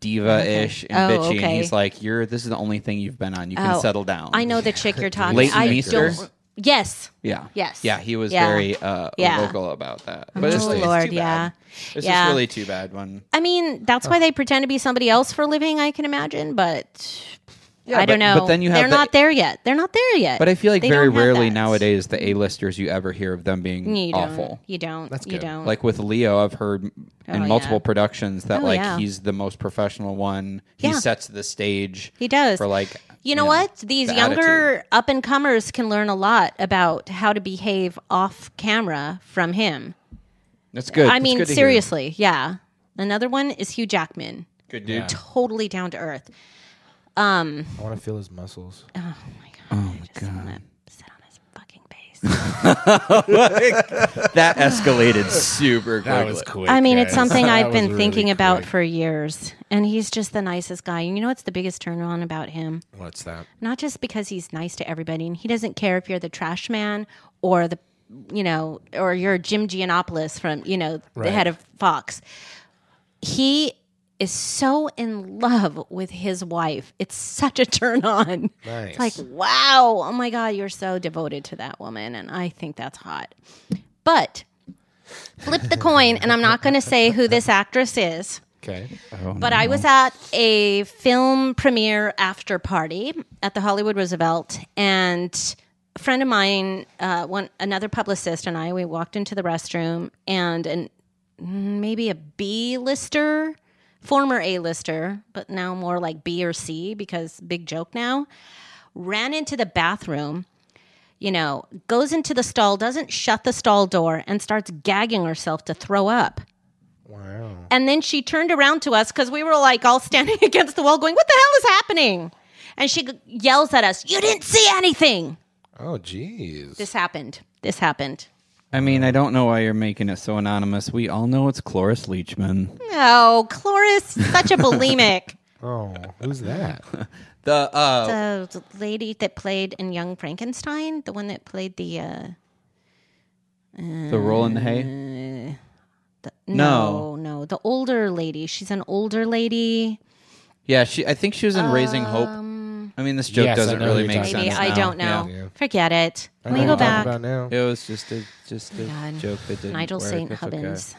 A: diva-ish and
B: Oh,
A: bitchy, and
B: okay.
A: he's like, "You're this is the only thing you've been on. You can
B: Oh,
A: settle down."
B: I know the chick you're talking.
A: Leighton
B: I
A: Meester?
B: don't- Yes.
A: Yeah.
B: Yes.
A: Yeah, he was
B: Yeah.
A: very uh,
B: Yeah.
A: vocal about that. But it's,
B: Oh,
A: it's
B: Lord,
A: too
B: yeah.
A: bad. It's
B: Yeah.
A: just really too bad when
B: I mean, that's why they pretend to be somebody else for a living. I can imagine, but I
A: but-
B: don't know.
A: but then you have
B: they're
A: the-
B: not there yet. They're not there yet.
A: But I feel like
B: They
A: very
B: don't have
A: rarely
B: that.
A: nowadays the A-listers you ever hear of them being
B: You don't.
A: awful.
B: You don't.
C: That's
B: You
C: good.
B: don't.
A: Like with Leo, I've heard m- in
B: Oh,
A: multiple
B: yeah.
A: productions that
B: Oh,
A: like
B: yeah.
A: he's the most professional one. He
B: Yeah.
A: sets the stage.
B: He does.
A: for like
B: you know what? These
A: the
B: younger up and comers can learn a lot about how to behave off camera from him.
A: That's good.
B: I
A: It's
B: mean,
A: good to hear.
B: seriously, yeah. Another one is Hugh Jackman,
A: Good dude.
B: totally down to earth.
C: I want to feel his muscles.
B: Oh my god! I just want to sit on his fucking face.
A: [laughs] that escalated super quickly.
C: quick.
B: I mean, it's [laughs]
C: [laughs]
B: something I've been thinking about
C: For-
B: for years, and he's just the nicest guy. And you know what's the biggest turn on about him?
C: What's that?
B: Not just because he's nice to everybody, and he doesn't care if you're the trash man or the, you know, or you're Jim Giannopoulos from you know the
C: Right.
B: head of Fox. He is so in love with his wife. It's such a turn on.
C: Nice.
B: It's like, wow, oh my God, you're so devoted to that woman. And I think that's hot. But flip the coin, and I'm not going to say who this actress is,
C: okay.
A: Oh,
B: but I was at a film premiere after party at the Hollywood Roosevelt, and a friend of mine, uh, one another publicist, and I, we walked into the restroom, and an, mm, maybe a B lister, former A lister, but now more like B or C because big joke now ran into the bathroom, you know, goes into the stall, doesn't shut the stall door, and starts gagging herself to throw up.
C: Wow.
B: And then she turned around to us because we were like all standing [laughs] against the wall going, What the hell is happening? And she g- yells at us, You didn't see anything.
C: Oh, jeez.
B: This happened. This happened.
A: I mean, I don't know why you're making it so anonymous. We all know it's Cloris Leachman.
B: Oh, Cloris, such a bulimic.
C: Oh, [laughs] who's that?
A: The uh,
B: the the lady that played in Young Frankenstein, the one that played the. Uh,
A: the roll in the hay.
B: the
A: No.
B: no, no, the older lady. She's an older lady.
A: Yeah, she. I think she was in Raising Hope. I mean, this joke
C: Yes, I
A: doesn't
C: know
A: really
C: who
A: make
C: you're
A: sense.
C: talking
B: Um, Maybe
C: about.
B: I
A: now.
B: don't know.
A: Yeah.
B: Forget it.
C: I
B: Can
C: know
B: we
C: what
B: go
C: you're talking
B: back?
C: About now.
A: It was just a just a
B: God.
A: joke that didn't
B: Nigel
A: work.
B: St.
A: It's okay.
B: Hubbins.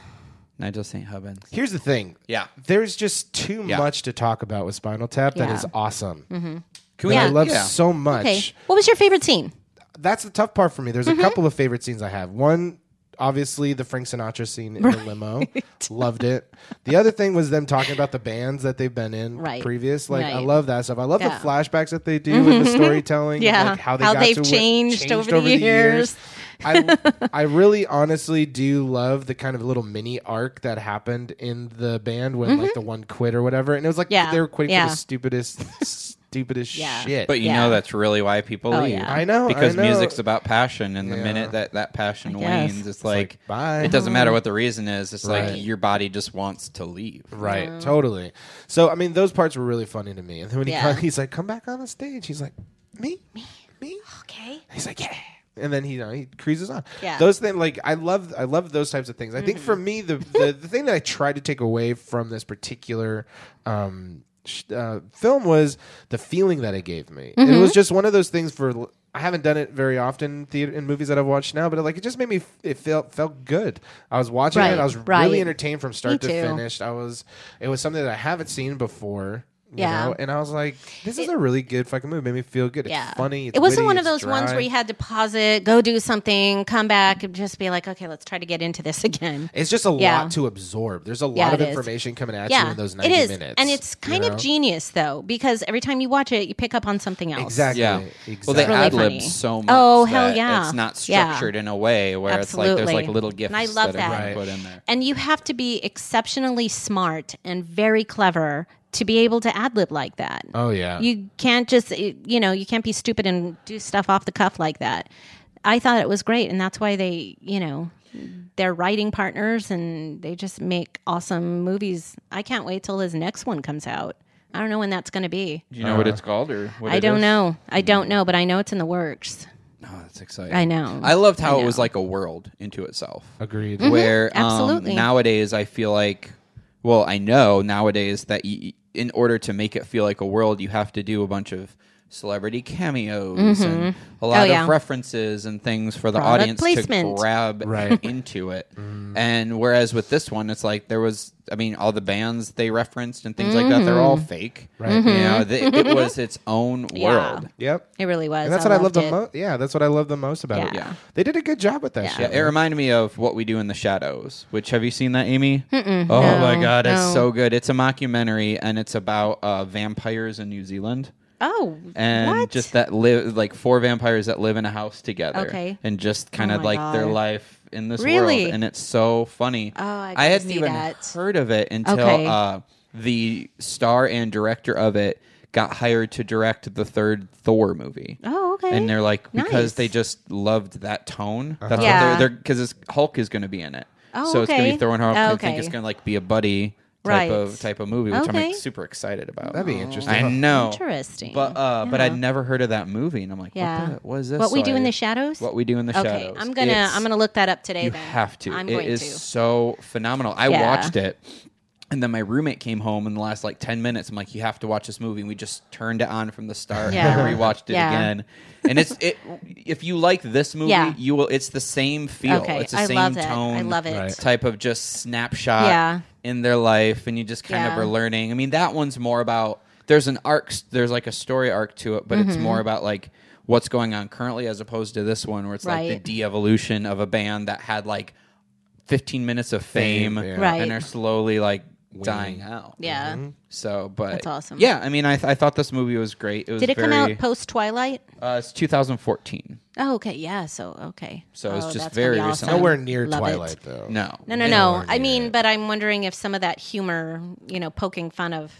A: Nigel St. Hubbins.
C: Here's the thing.
A: Yeah.
C: There's just too
A: Yeah.
C: much to talk about with Spinal Tap that
B: Yeah. Mm-hmm.
C: is awesome.
A: Can
C: That I
B: Yeah.
C: love so much.
B: Okay. What was your favorite scene?
C: That's the tough part for me. There's
B: Mm-hmm.
C: a couple of favorite scenes I have. One, obviously, the Frank Sinatra
B: [laughs]
C: scene in the limo. Loved it. The other thing was them talking about the bands that they've been in
B: Right.
C: previous. Like, I
B: Right.
C: love that stuff. I love
B: Yeah. Mm-hmm.
C: the flashbacks that they do with the storytelling.
B: Yeah.
C: Like how they
B: How
C: got
B: they've
C: to what-
B: changed over the years. [laughs]
C: I, I really honestly do love the kind of little mini arc that happened in the band when like the one quit or whatever, and it was like
B: Mm-hmm. Yeah.
C: they were quitting
B: Yeah.
C: for the stupidest s- stupid as
B: Yeah.
C: shit.
A: But you
B: Yeah.
A: know that's really why people
B: Oh,
A: leave.
B: yeah.
C: I know I
A: because
C: know.
A: music's about passion, and the
C: Yeah.
A: minute that that passion
B: I guess.
A: wanes, it's
C: like,
A: like,
C: bye.
A: It doesn't matter what the reason is. It's
C: Right.
A: like your body just wants to leave.
C: [laughs] Right, totally. So I mean, those parts were really funny to me. And then when he
B: Yeah.
C: come- he's like, "Come back on the stage," he's like, "Me, me, me."
B: Okay.
C: He's like, "Yeah," and then he you know, he cruises on.
B: Yeah. Mm-hmm.
C: those things like I love I love those types of things. I think for me the, the the thing that I tried to take away from this particular. Um, sh- uh, film was the feeling that it gave me. It
B: Mm-hmm.
C: was just one of those things for l- I haven't done it very often in theater in movies that I've watched now, but it, like it just made me f- it felt felt good. I was watching it,
B: Right,
C: I was really
B: right.
C: entertained from start to
B: too.
C: finish finished. I was it was something that I haven't seen before. You
B: Yeah.
C: know? And I was like, this is a really good fucking movie. Made me feel good.
B: Yeah.
C: It's funny. It's
B: it wasn't
C: witty,
B: one of
C: it's
B: those ones
C: dry.
B: where you had to pause it, go do something, come back, and just be like, okay, let's try to get into this [laughs] again.
C: it's just a
B: Yeah.
C: lot to absorb. There's a lot
B: Yeah,
C: of
B: it is.
C: information coming at you
B: yeah,
C: in those 90
B: it is,
C: minutes.
B: and it's
C: you
B: kind
C: know?
B: of genius though, because every time you watch it, you pick up on something else.
C: Exactly.
A: Yeah. Well, they
C: exactly.
B: really
A: ad lib
B: funny.
A: so much.
B: Oh, hell
A: that
B: yeah.
A: It's not
B: Yeah.
A: structured in a way where it's like there's
B: Absolutely.
A: like little gifts
B: And I love
A: that, are
B: that.
A: being put in there.
B: And you have to be exceptionally smart and very clever to be able to ad lib like that.
C: Oh yeah.
B: You can't just, you know, you can't be stupid and do stuff off the cuff like that. I thought it was great. And that's why they, you know, they're writing partners and they just make awesome movies. I can't wait till his next one comes out. I don't know when that's going to be.
A: Do you know what it's called or what
B: I
A: it
B: don't
A: is? Mm.
B: know. I don't know, but I know it's in the works.
A: No,
C: Oh,
A: that's exciting.
B: I know.
A: I loved how
B: I
A: it was
B: know.
A: like a world into itself.
B: Mm-hmm.
C: Agreed.
A: Where um,
B: absolutely.
A: nowadays I feel like, well, I know nowadays that y in order to make it feel like a world, you have to do a bunch of celebrity cameos and a lot
B: Mm-hmm. Oh, yeah.
A: of references and things for the
B: Product
A: audience
B: placement.
A: to grab
C: Right.
A: [laughs]
C: Mm.
A: into it. And whereas with this one, it's like there was, I mean, all the bands they referenced and things like that, they're
B: Mm-hmm.
A: all fake.
C: Right.
A: You know, th- it was its
B: [laughs]
A: own world.
C: Yep.
B: It really was.
C: And that's what I love
B: loved
C: the
B: it.
C: most. Yeah, that's what I love the most about it.
B: Yeah.
A: Yeah.
C: They did a good job with that
B: Yeah.
C: shit.
A: Yeah, it reminded me of what we do in the shadows. Which have you seen that, Amy? Mm-mm, oh
B: No,
A: my god,
B: no.
A: it's so good. It's a mockumentary, and it's about uh, vampires in New Zealand,
B: Oh,
A: and
B: what?
A: just that live like four vampires that live in a house together,
B: Okay.
A: and just kind
B: Oh
A: of
B: my
A: like their
B: God.
A: life in this
B: Really?
A: world, and it's so funny.
B: Oh, I gotta
A: hadn't
B: see
A: even
B: that.
A: heard of it until
B: Okay.
A: uh, the star and director of it got hired to direct the third Thor movie.
B: Oh, okay.
A: And they're like because
B: Nice. Uh-huh.
A: they just loved that tone. That's
B: Yeah.
A: what they're because Hulk is going to be in it.
B: Oh,
A: so it's going to
B: okay.
A: be throwing Hulk. I
B: Okay.
A: think it's going to like be a buddy type
B: Right.
A: of type of movie, which I'm
B: Okay. Oh,
A: like, super excited about.
C: That'd be interesting.
A: I know.
B: Interesting.
A: But uh, but I'd
B: Yeah.
A: never heard of that movie, and I'm like,
B: Yeah.
A: what, the, what is this?
B: What we
A: So
B: do in
A: I-
B: the shadows?
A: What we do in the
B: okay,
A: shadows?
B: I'm gonna
A: It's-
B: I'm gonna look that up today.
A: You
B: then.
A: have to.
B: I'm
A: It
B: going
A: is
B: to.
A: so phenomenal. I
B: Yeah.
A: watched it. And then my roommate came home in the last like 10 minutes. I'm like, you have to watch this movie. And we just turned it on from the start
B: Yeah.
A: and rewatched it
B: Yeah.
A: again. And it's, it, if you like this movie,
B: Yeah.
A: you will, it's the same feel.
B: Okay,
A: It's the
B: I
A: same
B: love it. I
A: tone.
B: love it. Right.
A: Type of just snapshot
B: Yeah.
A: in their life. And you just kind of
B: Yeah.
A: are learning. I mean, that one's more about, there's an arc, there's like a story arc to it, but it's
B: Mm-hmm.
A: more about like, What's going on currently, as opposed to this one, where it's like
B: Right.
A: the de-evolution of a band that had like 15 minutes of fame,
C: Fame, yeah.
B: Right.
A: and are slowly like dying out.
B: yeah.
A: So, but
B: That's awesome.
A: Yeah, I mean, I, th- I thought this movie was great. It was
B: Did it
A: very,
B: come out post Twilight?
A: Uh, it's 2014.
B: Oh, okay. Yeah. So okay.
A: So it's
B: Oh,
A: just
B: that's gonna
A: very
B: be
A: recent.
B: awesome.
A: Nowhere
C: We're near
B: Love it.
C: Twilight though.
B: [laughs]
A: No,
B: No, no,
A: It-
B: no.
C: Nowhere
B: I
C: near
B: mean,
C: it.
B: but I'm wondering if some of that humor, you know, poking fun of.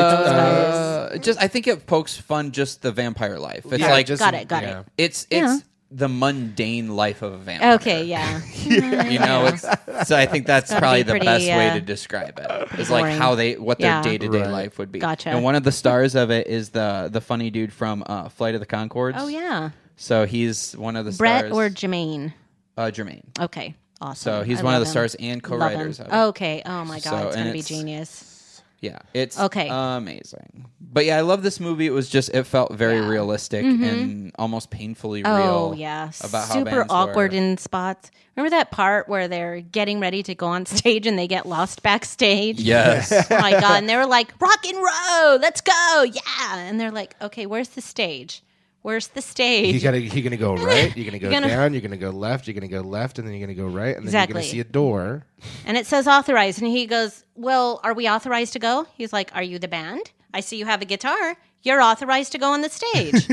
A: Uh, just I think it pokes fun just the vampire life. It's
C: Yeah,
A: like
C: just-
B: Got it, got it.
A: it's it's
B: Yeah.
A: the mundane life of a vampire.
C: [laughs]
B: Okay.
A: [laughs]
B: Yeah.
A: you know it's so i think that's
B: gotta
A: probably
B: be pretty,
A: the best
B: uh,
A: way to describe it is like
B: boring.
A: how they what their
B: Yeah.
A: day-to-day
C: Right.
A: life would be
B: Gotcha.
A: and one of the stars of it is the the funny dude from uh flight of the concords
B: oh yeah.
A: so he's one of the
B: Brett
A: stars
B: or Jermaine.
A: uh jermaine
B: Okay. Awesome.
A: so he's
B: I
A: one of
B: love
A: the
B: him.
A: stars and
B: Love
A: co-writers
B: him.
A: of it.
B: Okay. Oh my God.
A: So,
B: it's
A: and
B: gonna be
A: it's-
B: genius.
A: yeah it's
B: Okay.
A: amazing but yeah i love this movie it was just it felt very realistic and almost painfully real
B: Mm-hmm. Oh yeah,
A: about how
B: super
A: bands were.
B: awkward in spots. Remember that part where they're getting ready to go on [laughs] stage and they get lost backstage?
A: yes
B: Oh my god! And they were like, "Rock and roll, let's go, yeah!" And they're like, "Okay, where's the stage? Where's the
C: You
B: stage?"
C: gotta, you're
B: [laughs]
C: gonna go right. You're gonna go
B: You're gonna-
C: down. You're gonna go left. You're gonna go left, and then you're gonna go right, and then you're
B: Exactly.
C: gonna see a door. [laughs]
B: And it says authorized, and he goes, "Well, are we authorized to go?" He's like, "Are you the band? I see you have a guitar." You're authorized to go on the
A: [laughs]
B: stage,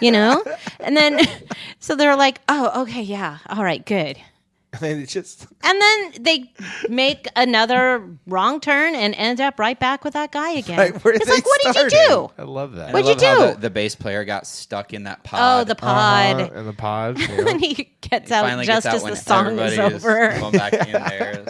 B: [laughs] you know? And then, so they're like, oh, okay, yeah, all right, good.
C: and it just
B: And then they make another wrong turn and end up right back with that guy again.
C: like, where
B: it's
C: they
B: like, what did you
C: started.
B: do?
C: I love that.
A: I
B: What'd you
A: love how
B: do?
A: The, the bass player got stuck in that pod.
B: Oh, the pod.
C: Uh-huh, and the pod.
B: [laughs] and
C: yeah.
B: he gets
A: He
B: out
A: finally
B: just
A: gets out
B: as
A: when
B: the song
A: everybody
B: is over.
A: [laughs]
B: [laughs]
A: going back in there.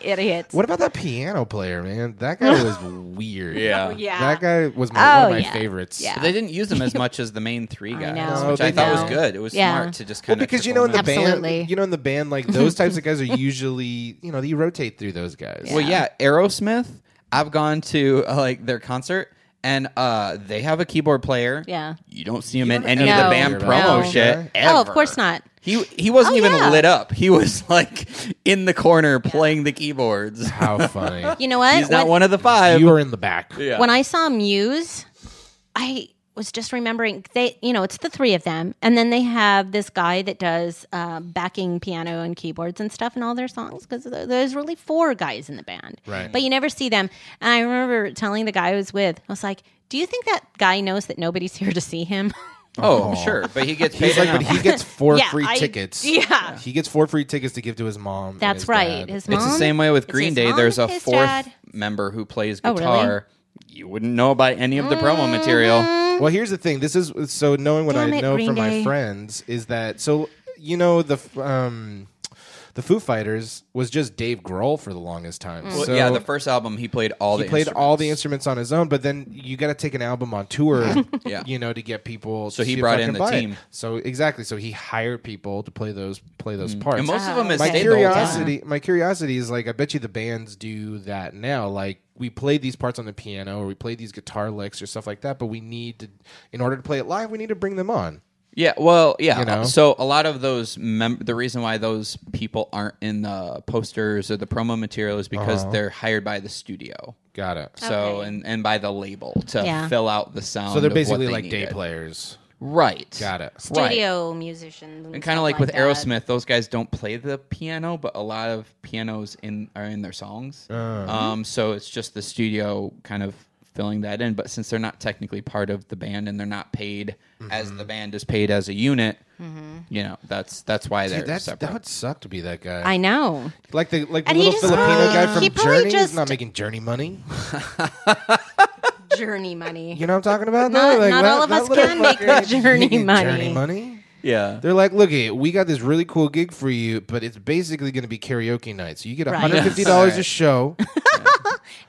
B: Idiots.
C: what about that piano player, man? That guy was weird.
A: Yeah.
B: Oh, yeah.
C: That guy was my, one
B: Oh,
C: of my
B: yeah.
C: favorites.
B: Yeah.
A: But they didn't use them as much as the main three
B: I
A: guys,
B: know.
A: which
C: No,
A: I
C: they
A: thought was
C: don't.
A: good. It was
B: Yeah.
A: smart to just
C: Well,
A: kind of
C: because you know in the
B: Absolutely.
C: band, you know in the band, [laughs] like those types of guys are usually, you know, you rotate through those guys.
A: Well, yeah, Aerosmith. I've gone to uh, like their concert, and uh, they have a keyboard player.
B: Yeah.
A: you don't see him in
C: don't
A: any
B: know
A: of the
B: that
A: band
B: keyboard
A: promo
B: player. No.
A: shit. Ever.
B: Oh, of course not.
A: He he wasn't
B: Oh,
A: even
B: yeah.
A: lit up. He was like in the corner playing the keyboards.
C: How [laughs] funny!
B: You know what?
A: He's not
B: When-
A: one of the five.
C: you are in the back.
A: Yeah.
B: when I saw Muse, I was just remembering they, you know, it's the three of them, and then they have this guy that does uh, backing piano and keyboards and stuff in all their songs because there's really four guys in the band,
C: Right.
B: But you never see them. And I remember telling the guy I was with, I was like, "Do you think that guy knows that nobody's [laughs] here to see him?"
A: oh, sure, but he gets paid.
C: He's like,
A: enough.
C: but he gets four
B: Yeah,
C: free
B: I-
C: tickets.
B: yeah.
C: he gets four free tickets to give to his mom. and
B: That's
C: his
B: right.
C: dad.
B: His mom.
A: It's the same way with
B: It's
A: Green
B: his
A: Day.
B: mom,
A: There's a
B: his
A: fourth
B: dad.
A: member who plays
B: Oh, really? Mm-hmm.
A: guitar. You wouldn't know about any of the promo material.
C: Well, here's the thing. This is so knowing what
B: Damn
C: I
B: it,
C: know
B: Green
C: from my
B: Day.
C: friends is that so you know the f- um the Foo Fighters was just Dave Grohl for the longest time.
B: Mm.
A: Well,
C: So
A: yeah, the first album he played all
C: he
A: the
C: played all the
A: instruments.
C: instruments on his own, but then you got to take an album on tour,
A: [laughs] Yeah.
C: you know, to get people.
A: So he
C: to
A: brought in
C: fucking
A: the
C: buy it.
A: team.
C: So exactly, so he hired people to play those play those parts.
A: Mm. and most of them
B: Oh,
A: has
C: my
B: okay.
A: stayed the whole time.
C: curiosity my curiosity is like i bet you the bands do that now like we played these parts on the piano or we played these guitar licks or stuff like that but we need to in order to play it live we need to bring them on
A: Yeah, well, yeah.
C: You know?
A: So a lot of those, mem- the reason why those people aren't in the posters or the promo material is because
C: Uh-huh.
A: they're hired by the studio,
C: got it
A: so
B: Okay.
A: and and by the label to
B: Yeah.
A: fill out the sound.
C: so they're
A: of what
C: basically
A: they
C: like day
A: needed.
C: players
A: right?
C: got it
B: Studio musicians
A: And kind of
B: stuff
A: like, with
B: that.
A: Aerosmith, those guys don't play the piano, but a lot of pianos in are in their songs.
C: Uh. Mm-hmm.
A: Um, so it's just the studio kind of filling that in. But since they're not technically part of the band and they're not paid
C: Mm-hmm.
A: as the band is paid as a unit,
B: Mm-hmm.
A: you know that's that's why they're
C: Dude, that's,
A: separate.
C: that would suck to be that guy
B: I know.
C: like the like the
B: And he
C: little
B: just
C: filipino
B: probably-
C: guy from
B: he probably
C: journey he's
B: just-
C: not making journey money
B: Journey money.
C: you know what i'm talking about
B: Not-
C: though? Like,
B: not
C: that-
B: all of
C: that
B: us
C: little
B: can make the
C: fucker-
B: Journey
C: making
B: money.
C: journey money
A: yeah.
C: They're like, look, eh, we got this really cool gig for you, but it's basically going to be karaoke night. So you get
A: [laughs]
B: Right.
C: $150
A: Yes.
B: [laughs]
C: a show,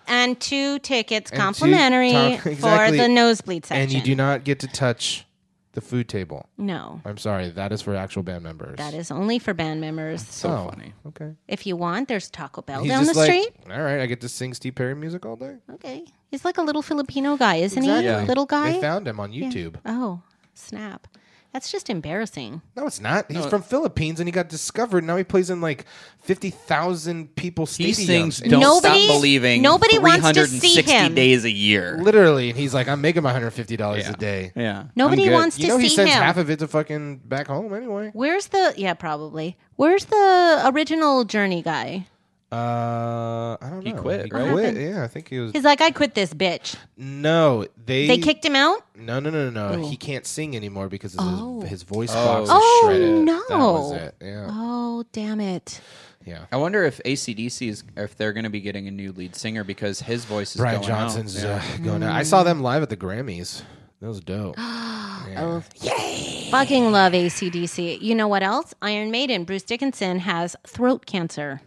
B: And two tickets
C: two
B: complimentary
C: [laughs] tom-
B: for
C: exactly.
B: the nosebleed section.
C: and you do not get to touch the food table.
B: No,
C: I'm sorry, that is for actual band members.
B: that is only for band members.
A: so
C: Oh,
A: funny.
C: Okay.
B: If you want, there's Taco Bell
C: He's
B: down the
C: just like,
B: street.
C: all right, I get to sing Steve Perry music all day.
B: Okay. He's like a little Filipino guy, isn't
C: Exactly.
B: he? Little guy.
C: They found him on YouTube.
B: oh, snap. That's just embarrassing.
C: No, it's not. He's from Philippines and he got discovered. Now he plays in like 50,000 people stadiums.
A: He sings
C: And
A: "Don't
B: Nobody-
A: Stop Believing."
B: nobody wants to see
A: 360
B: him.
A: days a year.
C: Literally, and he's like, I'm making my $150
A: Yeah.
C: a day.
A: Yeah,
B: Nobody
A: I'm good.
B: wants
C: You
B: to
C: know,
B: see
C: he sends
B: him.
C: half of it to fucking back home anyway.
B: Where's the yeah, probably. Where's the original Journey guy?
C: Uh, I don't know.
A: He quit,
C: He
A: right?
B: What
C: quit.
B: happened?
C: Yeah, I think he was.
B: He's like, I quit this bitch.
C: no, they
B: They kicked him out?
C: No, no, no, no. no.
B: Ooh.
C: He can't sing anymore because his,
B: Oh.
C: his voice
A: Oh.
C: box is
B: Oh,
C: shredded.
B: no.
C: That was it. Yeah,
B: Oh, damn it.
C: yeah.
A: I wonder if ACDC is if they're going to be getting a new lead singer because his voice is
C: Brian
A: going out.
C: Johnson's uh, going out. I
B: Mm.
C: saw them live at the Grammys. That
B: [gasps]
C: was dope.
B: Oh, yay! Fucking love ACDC. You know what else? Iron Maiden. Bruce Dickinson has throat cancer.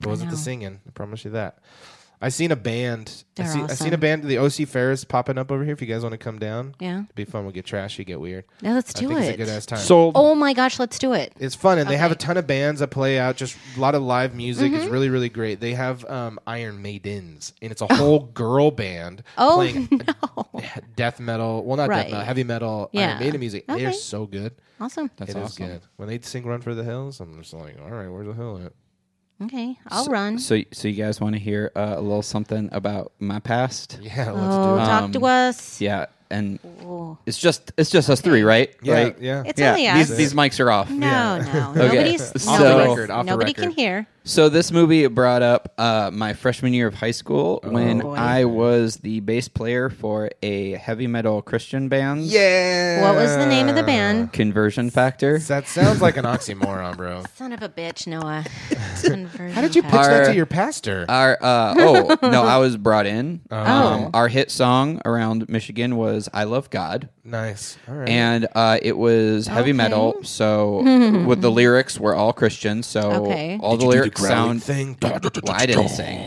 C: But was it the
B: know.
C: singing? I promise you that. I seen a band. I,
B: They're
C: see, I seen a
B: awesome.
C: band. The OC Ferris popping up over here. If you guys want to come down,
B: Yeah.
C: it'd be fun. We'll get trashy, get weird.
B: Now let's
C: I
B: do
C: think
B: it.
C: it's a good ass time.
A: Sold.
B: oh my gosh, let's do it. [laughs]
C: It's fun, and they have a ton of bands that play out. Just a lot of live music.
B: Mm-hmm.
C: It's really, really great. They have um, Iron Maidens, and it's a whole
B: [laughs]
C: girl band
B: Oh,
C: playing
B: [laughs]
C: death metal. Well, not
B: Right.
C: death metal, heavy metal.
B: Yeah.
C: Iron Maiden music. They are
B: Okay.
C: so good.
B: Awesome.
C: It is
A: That's awesome.
C: good. When they sing "Run for the Hills," I'm just like, all right, where's the hill at? [laughs]
B: Okay, I'll run.
A: So, so you guys want to hear uh, a little something about my past?
C: Yeah, let's
B: oh,
C: do it.
B: talk to us.
A: Yeah, and
B: Oh.
A: it's just it's just us three, right?
C: Yeah,
A: Like,
C: yeah.
B: It's
A: yeah.
B: only
A: These
B: us.
A: these mics are off.
B: No, no,
A: Okay.
B: nobody's
A: Off the
B: nobody's-
C: record, off the
B: nobody can
C: record.
B: hear.
A: So this movie brought up uh, my freshman year of high school
C: Oh,
A: when
B: boy.
A: I was the bass player for a heavy metal Christian band.
C: Yeah.
B: What was the name of the band?
A: Conversion Factor.
C: That sounds like an oxymoron, bro.
B: Son of a bitch, Noah.
C: How did you pitch that to
A: Our-
C: your pastor?
A: Our uh, oh no, I was brought in.
C: [laughs]
A: Um,
B: Oh.
A: our hit song around Michigan was "I Love God,"
C: nice. All right.
A: and uh, it was heavy
B: Okay.
A: metal.
B: [laughs]
A: So with the lyrics were all Christian. So
B: Okay.
A: all the
C: Did you do
A: lyrics
C: growling
A: sound. [laughs]
C: thing.
A: Well, I didn't sing.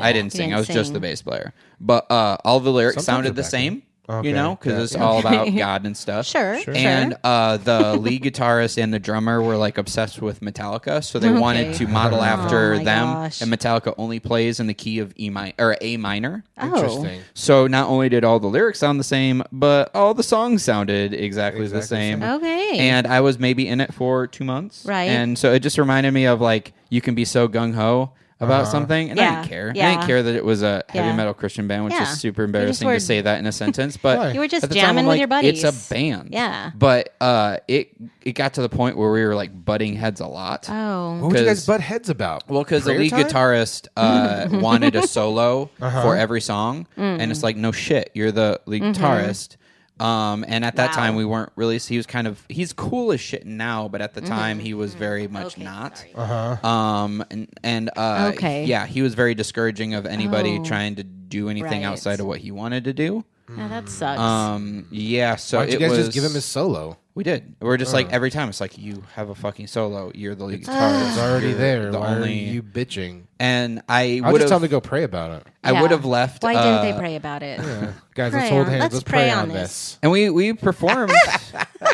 A: I didn't sing.
B: didn't
A: I was just
B: sing.
A: the bass player. But uh, all the lyrics
C: Sometimes
A: sounded the
C: they're back
A: same.
C: Okay.
A: You know, because
C: Yeah.
A: it's all about God and stuff.
B: Sure, Sure.
A: And
B: sure.
A: uh,
B: [laughs]
A: the lead guitarist and the drummer were like obsessed with Metallica, so they wanted
B: Okay.
A: to
B: Oh
A: model after
B: my
A: them.
B: gosh.
A: And Metallica only plays in the key of E minor or A minor.
B: Oh.
C: Interesting.
A: So not only did all the lyrics sound the same, but all the songs sounded exactly,
C: Exactly
A: the same.
C: same.
B: Okay.
A: And I was maybe in it for two months.
B: Right.
A: And so it just reminded me of like you can be so gung ho about something, and I
B: Yeah,
A: didn't care. I
B: yeah.
A: didn't care that it was a heavy
B: Yeah.
A: metal Christian band, which
B: Yeah.
A: is super
B: You just
A: embarrassing
B: were-
A: to say that in a sentence. But
C: Right.
B: You were just
A: at the time,
B: jamming
A: I'm
B: with
A: like,
B: your buddies.
A: It's a band.
B: Yeah.
A: But uh, it it got to the point where we were like butting heads a lot.
B: oh.
C: what would you guys
A: 'cause-
C: butt heads about?
A: Well, because the
C: Prayer
A: lead
C: time? Mm-hmm. Uh-huh.
A: guitarist uh,
C: [laughs]
A: wanted a solo for every song, and
C: Mm.
A: it's like, no shit, you're the lead
C: Mm-hmm.
A: guitarist. Um, and at that
B: Wow.
A: time, we weren't really. He was kind of he's cool as shit now, but
C: Mm-hmm.
A: at the time, he was very much
B: Okay,
A: not.
B: sorry.
C: Uh-huh.
A: Um, and, and uh,
B: Okay.
A: yeah, he was very discouraging of anybody
B: Oh.
A: trying to do anything
B: Right.
A: outside of what he wanted to do.
B: Yeah, that sucks.
A: Um, yeah, so
C: Why don't you
A: it
C: guys
A: was,
C: just give him his solo?
A: we did. We're just like every time it's like you have a fucking solo. You're the lead guitarist.
C: It's already
A: You're
C: there.
A: The
C: Why
A: only
C: are you bitching?
A: and I
C: I'll
A: would
C: just tell him
A: have
C: to go pray about it.
A: I
B: Yeah.
A: would have left.
B: Why didn't
A: uh,
B: they pray about it?
C: Guys,
B: Pray
C: let's hold
B: on-
C: hands.
B: let's
C: Let's, pray,
B: pray
C: on
B: on
C: this.
A: And we we
B: [laughs]
A: performed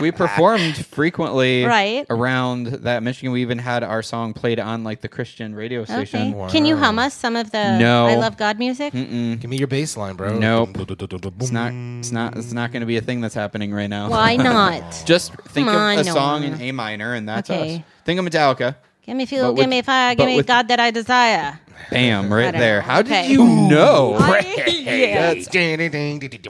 A: we performed frequently
B: Right.
A: around that Michigan. We even had our song played on like the Christian radio
B: Okay.
A: station.
B: Can you
C: Wow.
B: hum us some of the
A: No.
B: I love God music?
C: Give me your bass line, bro.
A: Mm-hmm. Nope.
C: It's
A: It's not it's not it's not going to be a thing that's happening right now. [laughs]
B: Why not?
A: Just think
B: Come
A: of
B: on,
A: a song
B: Noah.
A: in A minor, and that's
B: Okay.
A: us. Think of Metallica.
B: give me fuel,
A: But
B: give
A: with-
B: me fire, give
A: but
B: me
A: with-
B: God that I desire.
A: Bam, right
B: don't
A: there.
B: know.
A: How
B: Okay.
A: did you know?
B: [laughs] yeah.
C: [laughs]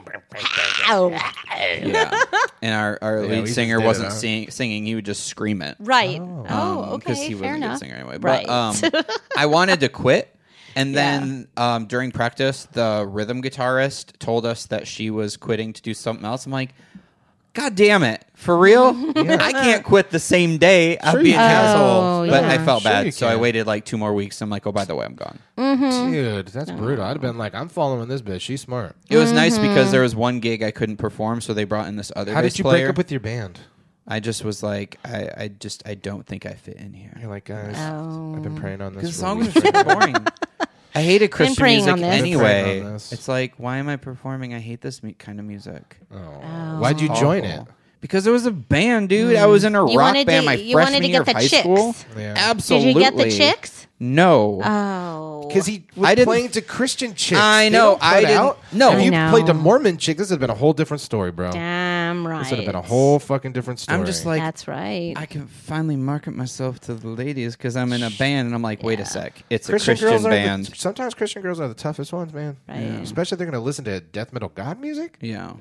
B: Ow.
A: yeah. And our, our
C: we
A: lead
C: just
A: singer
C: did it,
A: wasn't
C: huh?
A: sing, singing; he would just scream it.
B: Right. Oh, okay.
A: because Um, Mm, he was
B: fair
A: a
B: enough.
A: good singer anyway.
B: Right.
A: But
B: [laughs]
A: um, I wanted to quit, and then um, during practice, the rhythm guitarist told us that she was quitting to do something else. I'm like, God damn it, for real? I can't quit the same day. I'll
C: Sure
A: be
C: you
A: an
C: can.
B: Oh,
A: asshole. But
B: yeah.
A: I felt
C: Sure you
A: bad, so I
C: can.
A: waited like two more weeks. I'm like, oh, by the way, I'm gone.
B: Mm-hmm.
C: Dude, that's brutal. I'd have been like, I'm following this bitch. She's smart.
A: It was nice
B: Mm-hmm.
A: because there was one gig I couldn't perform, so they brought in this other.
C: How
A: bass
C: did you
A: player.
C: break up with your band?
A: I just was like, I, I just, I don't think I fit in here.
C: You're like, guys,
B: Oh.
C: I've been praying on this.
A: The
C: for
A: song
C: [laughs]
A: was
C: weeks
A: really
C: now.
A: boring. I hated Christian
B: preying
A: music
B: on this.
C: Been preying
A: anyway.
C: on this.
A: It's like, why am I performing? I hate this me- kind of music.
C: Oh. Why'd you join it? Mm.
A: Because it was a band, dude. I was in a
B: You
A: rock
B: wanted
A: band
B: to-
A: my
B: you wanted
A: freshman
B: to
A: year
B: get
A: of
B: the
A: high
B: chicks.
A: school.
C: Yeah.
B: Did
A: Absolutely.
B: you get the chicks?
A: No.
B: Oh.
C: Because he was
A: I didn't-
C: playing to Christian chicks.
A: I
C: They
A: know,
C: don't
A: I
C: put
A: didn't-
C: out.
A: no.
C: If
A: I
C: you
B: know.
C: played to Mormon chick, this would have been a whole different story, bro.
B: Damn right.
C: This would have been a whole fucking different story.
A: I'm just like,
B: That's right.
A: I can finally market myself to the ladies because I'm in a band, and I'm like, wait a sec, it's
C: Christian,
A: a Christian
C: girls
A: band.
C: are the, sometimes Christian girls are the toughest ones, man.
B: Right. Yeah.
C: Especially if they're going to listen to death metal god music.
A: yeah.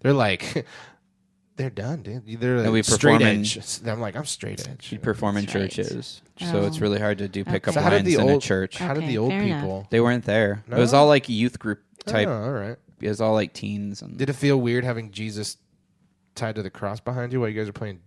C: They're like, [laughs] they're done, dude. They're like
A: And we
C: straight
A: perform in-
C: edge. I'm like, I'm straight edge.
A: You perform in
B: That's right.
A: churches, so
B: Oh.
A: it's really hard to do pickup
C: So how did
A: lines
C: the
A: in a
C: old
A: church.
C: How did
B: Okay,
C: the old
B: fair enough.
C: people?
A: They weren't there. It was
C: No?
A: all like youth group type.
C: Oh, all right.
A: It was all like teens and
C: Did it feel weird having Jesus tied to the cross behind you while you guys were playing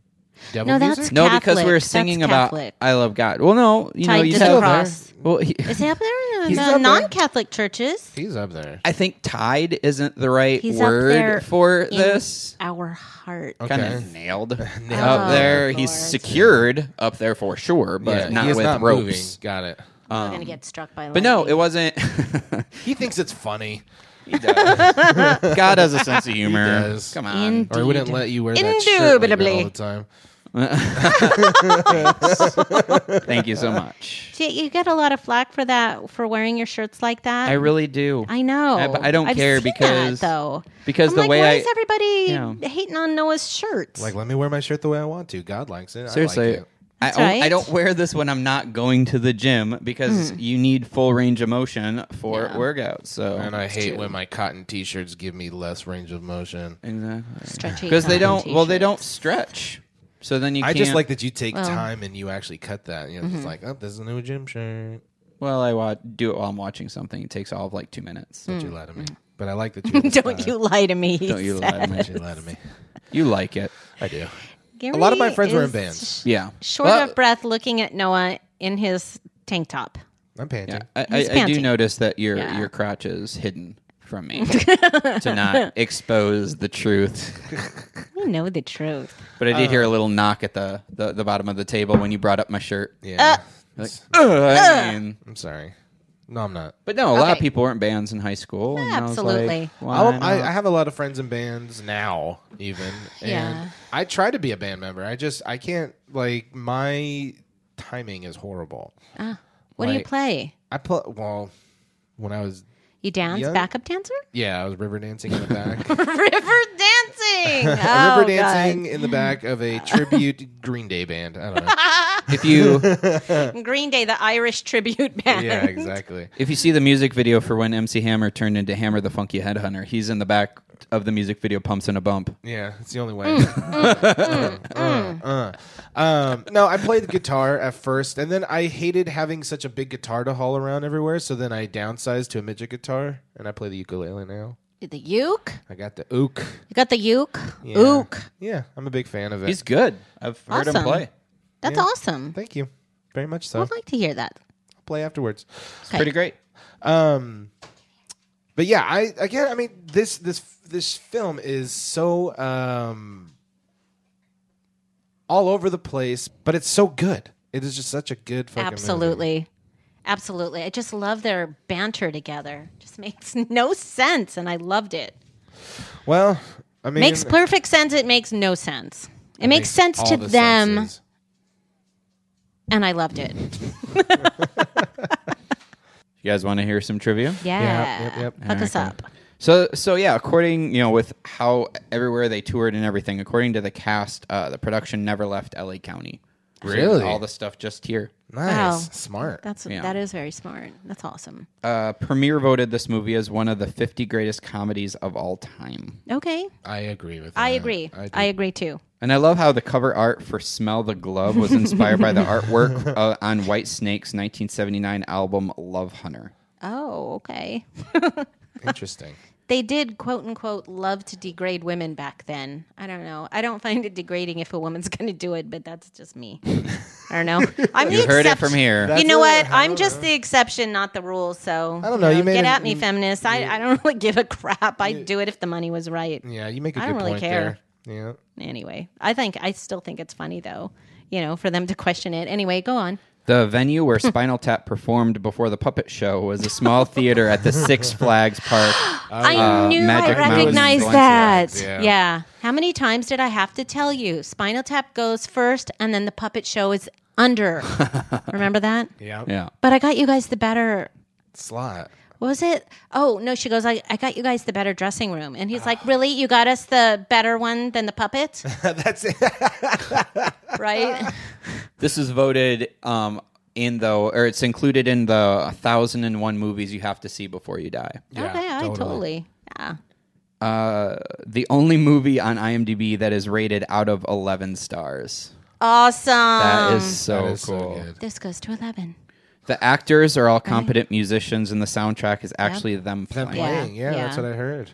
C: devil
B: No, that's
C: music?
A: No, because
B: Catholic.
A: we were
B: That's
A: singing about
B: Catholic.
A: "I love God." Well, no, you know,
B: Tied
A: you
B: to the
A: still-
B: cross.
A: [laughs] Well, he-
B: Is it up there in
C: He's
B: the
C: up there.
B: non-Catholic churches?
C: He's up there.
A: I think "tied" isn't the right
B: He's
A: word
B: up there
A: for
B: in
A: this.
B: Our heart.
C: Okay.
A: Kind of nailed,
C: [laughs]
B: Oh,
A: up there. He's
B: Lord.
A: secured up there for sure,
C: Yeah,
A: but
C: he
A: not
C: is
A: with
C: not
A: ropes. Um,
C: moving. Got it.
B: We're gonna get struck by.
A: But no, it
B: lightning.
A: wasn't.
C: He thinks it's funny,
A: He does. [laughs] God has a sense of humor.
C: does.
A: Come on.
C: or he wouldn't
B: Indeed.
C: let you wear that shirt like that
B: Indubitably.
C: all the time.
A: [laughs] Thank you so much.
B: See, you get a lot of flack for that for wearing your shirts like that.
A: I really do.
B: I know.
A: I- but I don't
B: I've
A: care
B: seen that,
A: because-
B: though.
A: because
B: I'm
A: the
B: like,
A: way
B: why
A: I-
B: is everybody
A: Yeah.
B: hating on Noah's shirts?
C: Like, let me wear my shirt the way I want to. God likes it. I
A: Seriously.
C: like it.
A: I,
B: That's
A: don't-
B: right. Mm.
A: I don't wear this when I'm not going to the gym because you need full range of motion for workouts. So
C: And I hate when my cotton T-shirts give me less range of motion.
A: exactly
B: Stretchy
A: because they
B: cotton
A: don't. Well, they don't
B: t-shirts.
A: stretch. So then you
C: I
A: can't.
C: just like that you take
B: Well. Mm-hmm.
C: time and you actually cut that. You know, it's like, oh, this is a new gym shirt.
A: Well, I wa- do it while I'm watching something. It takes all of like two minutes.
B: Mm.
C: Don't you lie to me. But I
B: [laughs]
C: like that you.
B: Don't you lie to me.
A: [laughs]
B: he
A: Don't you
B: said.
A: lie to me.
C: Don't you lie to me.
A: You like it.
C: [laughs] I do.
B: Gary
C: A lot of my friends were in
B: is
C: bands.
A: Yeah.
B: Short
A: Well,
B: of breath, looking at Noah in his tank top.
C: I'm panting.
A: Yeah, I,
B: He's
A: I, I do
B: panting.
A: notice that your
B: Yeah.
A: your crotch is hidden from
B: [laughs]
A: me to not expose the truth.
B: We know the truth.
A: But I did
B: Uh.
A: hear a little knock at the, the, the bottom of the table when you brought up my shirt.
C: Yeah.
A: Uh, Like, "Ugh," I mean-
C: I'm sorry. No, I'm not.
A: but no, a lot of
B: Okay.
A: people weren't bands in high school. and I was like,
B: Absolutely.
A: why
C: I'll- I,
A: not?
C: I have a lot of friends in bands now, even. And
B: Yeah.
C: I try to be a band member. I just I can't like my timing is horrible.
B: What do you
C: Like-
B: play?
C: I put well when I was
B: You dance,
C: Young-
B: backup dancer? [laughs]
C: yeah I was river dancing in
A: [laughs]
C: the back.
B: River dancing.
C: A
B: Oh,
C: river dancing in the back of a tribute Green Day band. I don't
A: [laughs]
C: know.
A: if
C: [laughs]
A: you
B: God. Green Day, the Irish tribute band.
C: yeah, exactly.
A: if you see the music video for when MC Hammer turned into Hammer the Funky Headhunter, he's in the back of the music video, pumps in a bump.
C: Yeah, it's the only way. [laughs] Uh, uh. Um, no, I played guitar at first, and then I hated having such a big guitar to haul around everywhere. So then I downsized to a midget guitar, and I play the ukulele now.
B: [laughs] The uke?
C: I got the ook.
B: You got the uke?
C: Yeah.
B: Ook.
C: Yeah, I'm a big fan of it.
A: He's good. I've heard him
B: Awesome.
A: play.
B: That's
C: Yeah.
B: awesome.
C: Thank you very much. So
B: I'd like to hear that.
C: play afterwards.
B: Okay.
A: Pretty great.
C: Um, but yeah, I again, I mean this this this film is so um all over the place, but it's so good. It is just such a good fucking movie.
B: Absolutely. Absolutely. I just love their banter together. Just makes [laughs] no sense and I loved it.
C: Well, I mean,
B: Makes perfect sense, it makes no sense. It makes sense
C: all
B: to
C: the
B: them
C: senses.
B: and I loved it.
A: You guys want to hear some trivia?
B: Yeah.
C: yep, yep.
B: Hook us up.
A: So, so yeah, according you know, with how everywhere they toured and everything, according to the cast, uh, the production never left L.A. County. So
C: Really?
A: all the stuff just here.
B: Wow.
C: Nice, smart.
B: That's
A: Yeah.
B: that is very smart. That's awesome.
A: Uh, Premiere voted this movie as one of the 50 greatest comedies of all time,
B: Okay.
C: I agree with.
B: I
C: that.
B: agree. I,
C: uh, do.
B: agree too.
A: and I love how the cover art for "Smell the Glove" was inspired [laughs] by the artwork uh, on White Snake's 1979 album "Love Hunter."
B: Oh, okay.
C: Interesting.
B: They did quote unquote love to degrade women back then. I don't know. I don't find it degrading if a woman's [laughs] going to do it, but that's just me. I
A: [laughs]
B: don't know. I'm
A: You
B: the
A: heard it
B: exception.
A: from here.
B: you
C: That's
B: know
C: what-
B: what? I'm just the exception, not the rule. So
C: I don't know. You made
B: get
C: a-
B: at me,
C: you-
B: feminists. I, I don't [laughs] really give a crap. I'd do it if the money was right.
C: Yeah, you make a
B: I
C: good
B: don't really
C: point
B: care.
C: there. Yeah.
B: Anyway, I think I still think it's funny though. You know, for them to question it. Anyway, go on.
A: The venue where Spinal Tap performed before the puppet show was a small theater at the Six Flags Park.
B: I knew I
A: Magic Mountain
B: recognized
A: Balenciagas,
B: that.
C: yeah.
B: Yeah. How many times did I have to tell you? Spinal Tap goes first, and then the puppet show is under. Remember that?
C: Yeah.
A: Yeah.
B: But I got you guys the better.
C: Slot.
B: What was it? Oh no, she goes. I, I got you guys the better dressing room, and he's like, "Really? You got us the better one than the puppet,
C: [laughs] That's it.
B: right?"
A: This is voted um, in though, or it's included in the thousand and one movies you have to see before you die.
C: Yeah,
B: [laughs] okay, I
C: totally.
B: totally. Yeah.
A: Uh, the only movie on IMDb that is rated out of eleven stars.
B: Awesome. Um,
A: That is so
C: That is so
A: cool.
C: good.
B: This goes to eleven.
A: the actors are all competent musicians, and the soundtrack is actually them
C: Them
A: playing.
C: playing. Yeah,
B: yeah.
C: that's what I [laughs] heard.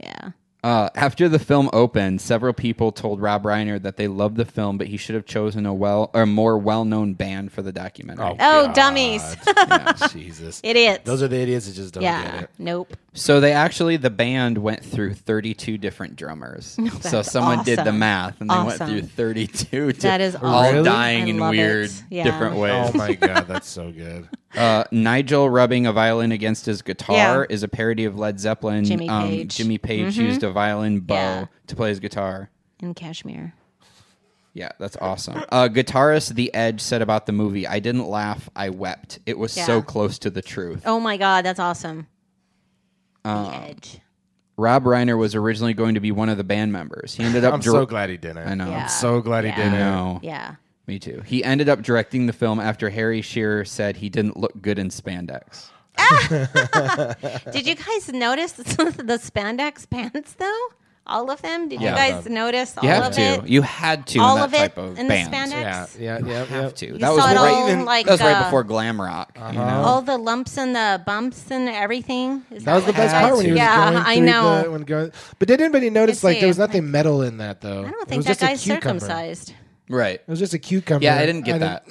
B: Yeah.
A: Uh, after the film opened, several people told Rob Reiner that they loved the film, but he should have chosen a well or more well-known band for the documentary.
B: Oh, dummies.
C: God. Jesus.
B: Idiots.
C: Those are the idiots that just don't
B: yeah.
C: get it.
B: Nope.
A: So they actually the band went through 32 different drummers. so
B: [laughs] that's
A: someone did the
B: awesome.
A: math and they went
B: Awesome.
A: through 32. di-
B: That is
A: all
B: awesome.
A: dying
B: I
A: in
B: love
A: weird
B: it. Yeah.
A: different ways.
C: Oh my god, that's
A: [laughs]
C: so good.
A: Uh, Nigel rubbing a violin against his guitar
B: Yeah.
A: is a parody of Led Zeppelin. Um,
B: Jimmy Page. Mm-hmm.
A: Jimmy Page used a violin bow
B: Yeah.
A: to play his guitar.
B: In Kashmir.
A: Yeah, that's awesome. Uh, guitarist The Edge said about the movie, "I didn't laugh, I wept. It was so
B: Yeah.
A: close to the truth."
B: Oh my god, that's awesome. the
A: Um,
B: edge.
A: Rob Reiner was originally going to be one of the band members. He ended up
C: I'm
A: dir-
C: so glad he didn't.
A: I know.
B: Yeah.
C: I'm so glad he
B: Yeah.
A: I
C: didn't.
A: know.
B: Yeah.
A: Me too. He ended up directing the film after Harry Shearer said he didn't look good in spandex.
B: [laughs] Did you guys notice the spandex pants though all of them. Did
A: Yeah.
B: you guys notice all
A: You have
B: of
A: to.
B: it?
A: You had to.
B: all
A: in that
B: of it
A: type of
B: in the
A: band.
B: spandex.
C: Yeah, yeah, yeah. yeah.
A: Have to.
B: You
A: that was
B: saw it
A: right.
B: all, like,
A: that was right
B: uh,
A: before glam rock. you know?
C: Uh-huh.
B: All the lumps and the bumps and everything. Is
C: That was the
B: what you
C: best
B: guys-
C: part when he was
B: yeah,
C: going through
B: I know.
C: the when going. But did anybody notice
B: Let's
C: like
B: see.
C: there was nothing metal in that though?
B: I don't
C: it was
B: think that
C: just a
B: guy's
C: cucumber.
B: circumcised.
A: Right.
C: It was just a cucumber.
A: Yeah, I didn't get that.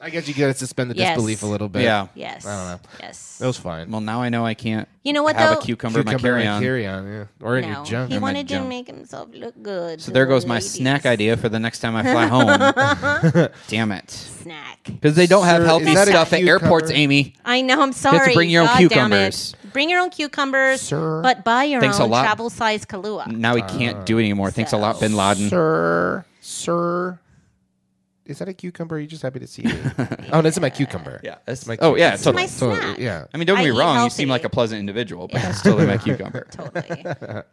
C: I guess you got to suspend the
B: Yes.
C: disbelief a little bit.
A: Yeah.
B: Yes.
C: I don't know.
B: Yes.
C: That was fine.
A: Well, now I know I can't.
B: You know what,
A: Have
B: though?
A: a cucumber, in my carry-on.
C: carry-on, yeah. Or in your
B: no.
C: junk.
B: He
A: Or my
B: wanted to
A: junk.
B: make himself look good.
A: So there goes my snack idea for the next time I
B: [laughs]
A: fly home.
C: [laughs]
A: Damn it.
B: Snack.
A: Because they don't have
C: Sir,
A: healthy
C: is that a
A: stuff at
C: cucumber?
A: airports, Amy.
B: I know. I'm
A: to
B: sorry.
A: bring your own
B: God damn it.
A: cucumbers.
B: Bring your own cucumbers,
C: Sir.
B: but buy your
A: Thanks a
B: own
A: lot.
B: travel size Kahlua.
A: Now he can't do it anymore. Thanks a lot, Bin Laden.
C: Uh, Sir, sir. Is that a cucumber? Are you just happy to see
A: [laughs]
C: it? oh, that's my cucumber.
A: Yeah. That's
C: My
A: oh, yeah.
C: cucumber.
A: Totally.
B: It's my
C: So,
B: snack.
C: yeah.
A: I mean, don't
B: I
A: get
B: eat
A: me wrong. You
B: healthy.
A: seem like a pleasant individual, but
B: Yeah.
A: that's totally my
C: [laughs]
A: cucumber.
B: Totally.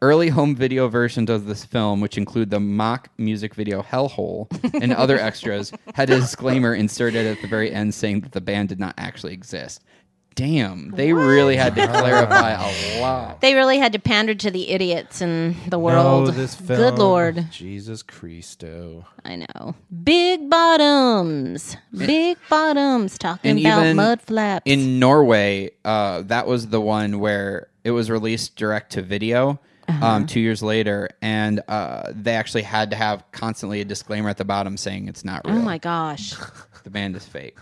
A: Early home video versions of this film, which include the mock music video Hellhole and
B: [laughs]
A: other extras, had a disclaimer inserted at the very end saying that the band did not actually exist. Damn, they really had
B: [laughs]
A: to clarify a lot.
B: They really had to pander to the idiots in the
C: No,
B: world.
C: this film.
B: Good lord.
C: Jesus Christo.
B: I know. Big bottoms. Big bottoms talking
A: and
B: about
A: even
B: mud flaps.
A: In Norway, uh, that was the one where it was released direct to video
B: Uh-huh.
A: um, two years later, and uh, they actually had to have constantly a disclaimer at the bottom saying it's not real.
B: oh my gosh.
A: The band is fake.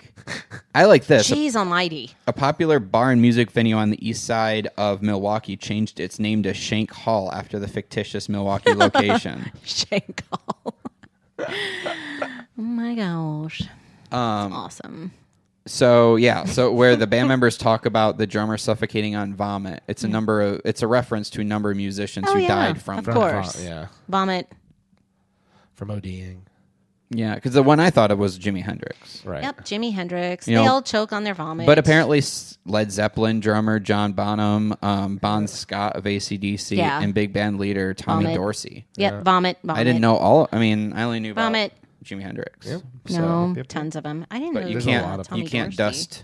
A: I like this.
B: Jeez almighty. [laughs]
A: A popular bar and music venue on the east side of Milwaukee changed its name to Shank Hall after the fictitious
B: [laughs]
A: Milwaukee location.
B: Shankle. oh my gosh.
A: Um,
B: That's awesome.
A: So yeah, so where the band members talk about the drummer suffocating on vomit, it's a number of it's a reference to a number of musicians
B: Mm. Oh,
A: who
B: yeah,
A: died from
B: of course.
C: Yeah.
B: Vomit.
C: From ODing.
A: yeah, because the one I thought of was Jimi Hendrix,
C: Right.
B: Yep, Jimi Hendrix.
A: You
B: they
A: know,
B: all choke on their vomit.
A: but apparently S- Led Zeppelin drummer John Bonham, um, Bon Scott of ACDC,
B: Yeah.
A: and big band leader Tommy
B: Vomit.
A: Dorsey.
B: Yep, vomit, vomit.
A: I didn't know all. I mean, I only knew
B: Vomit.
A: about Jimi Hendrix.
B: No,
C: Yep, yep,
B: tons of them. I didn't
A: But
B: know
A: you
B: there was a lot of
A: can't
B: Tommy
A: you can't
B: Dorsey.
A: dust.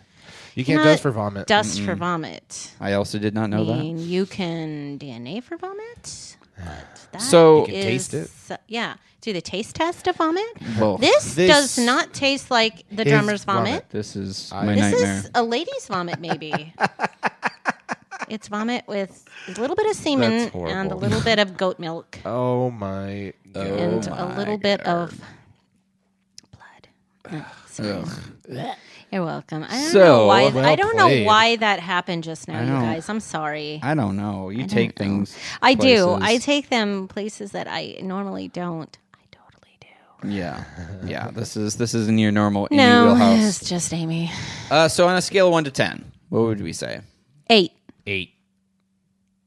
C: You can't
B: Not-
C: dust for vomit.
B: Dust for vomit.
A: I also did not
B: I
A: know that.
B: mean, you can DNA for vomit.
A: [sighs]
B: But that
A: So- You
C: can taste
B: is- uh, Yeah. Do the taste test of vomit?
A: Well,
B: This,
C: This-
B: does not taste like the
C: His
B: drummer's vomit.
C: vomit.
A: this is my
B: This
A: nightmare.
B: is a lady's
A: [laughs]
B: vomit, maybe. it's vomit with a little bit of semen
C: That's horrible.
B: and a little bit of
A: [laughs]
B: goat milk
C: Oh my god.
B: and a
A: Oh my
B: little bit of blood. Oh, sorry. You're welcome. I don't know
A: So-
B: why.
C: Well
B: I don't
C: played.
B: know why that happened just now, you
A: know.
B: guys. I'm sorry.
A: I don't know. You take things.
B: I do. I
A: places.
B: take them places that I normally don't. I totally do. [laughs]
A: Yeah, yeah. This is this isn't your normal Amy
B: No,
A: wheelhouse.
B: [laughs] it's just Amy.
A: Uh, so on a scale of one to ten, what would we say?
B: Eight.
A: Eight.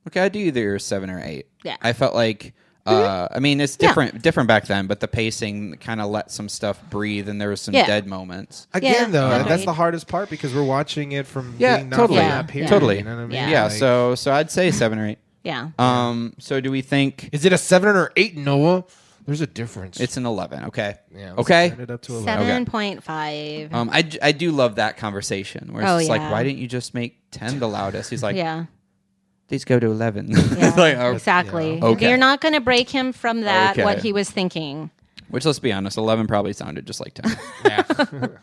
A: Okay, I do either a seven or eight.
B: Yeah. Mm-hmm.
A: I felt like. Uh, I mean, it's different different back then, but the pacing kind of let some stuff breathe, and there was some
B: Yeah.
A: dead moments.
C: Again,
B: Yeah,
C: though,
B: agreed.
C: that's the hardest part because we're watching it from
A: Yeah,
C: being not
A: totally.
C: from
B: Yeah,
C: up here.
B: yeah.
A: Totally.
C: You know what I mean?
B: Yeah.
A: yeah,
C: Like-
A: so so I'd say seven or eight.
B: Yeah.
A: Um, so do we think
C: Is it a seven or eight, Noah? There's a difference.
A: it's an eleven? Okay.
C: yeah, let's
A: Okay.
C: turn it up to 11.
B: Seven point five.
A: Um, I, d- I do love that conversation where it's
B: Oh,
A: just like,
B: yeah.
A: why didn't you just make 10 the loudest? He's like,
B: yeah.
A: these go to [laughs] 11. It's like, oh,
B: exactly.
A: Okay.
B: You're not going to break him from that.
A: Okay.
B: What he was thinking.
A: Which, let's be honest, 11 probably sounded just like [laughs] 10.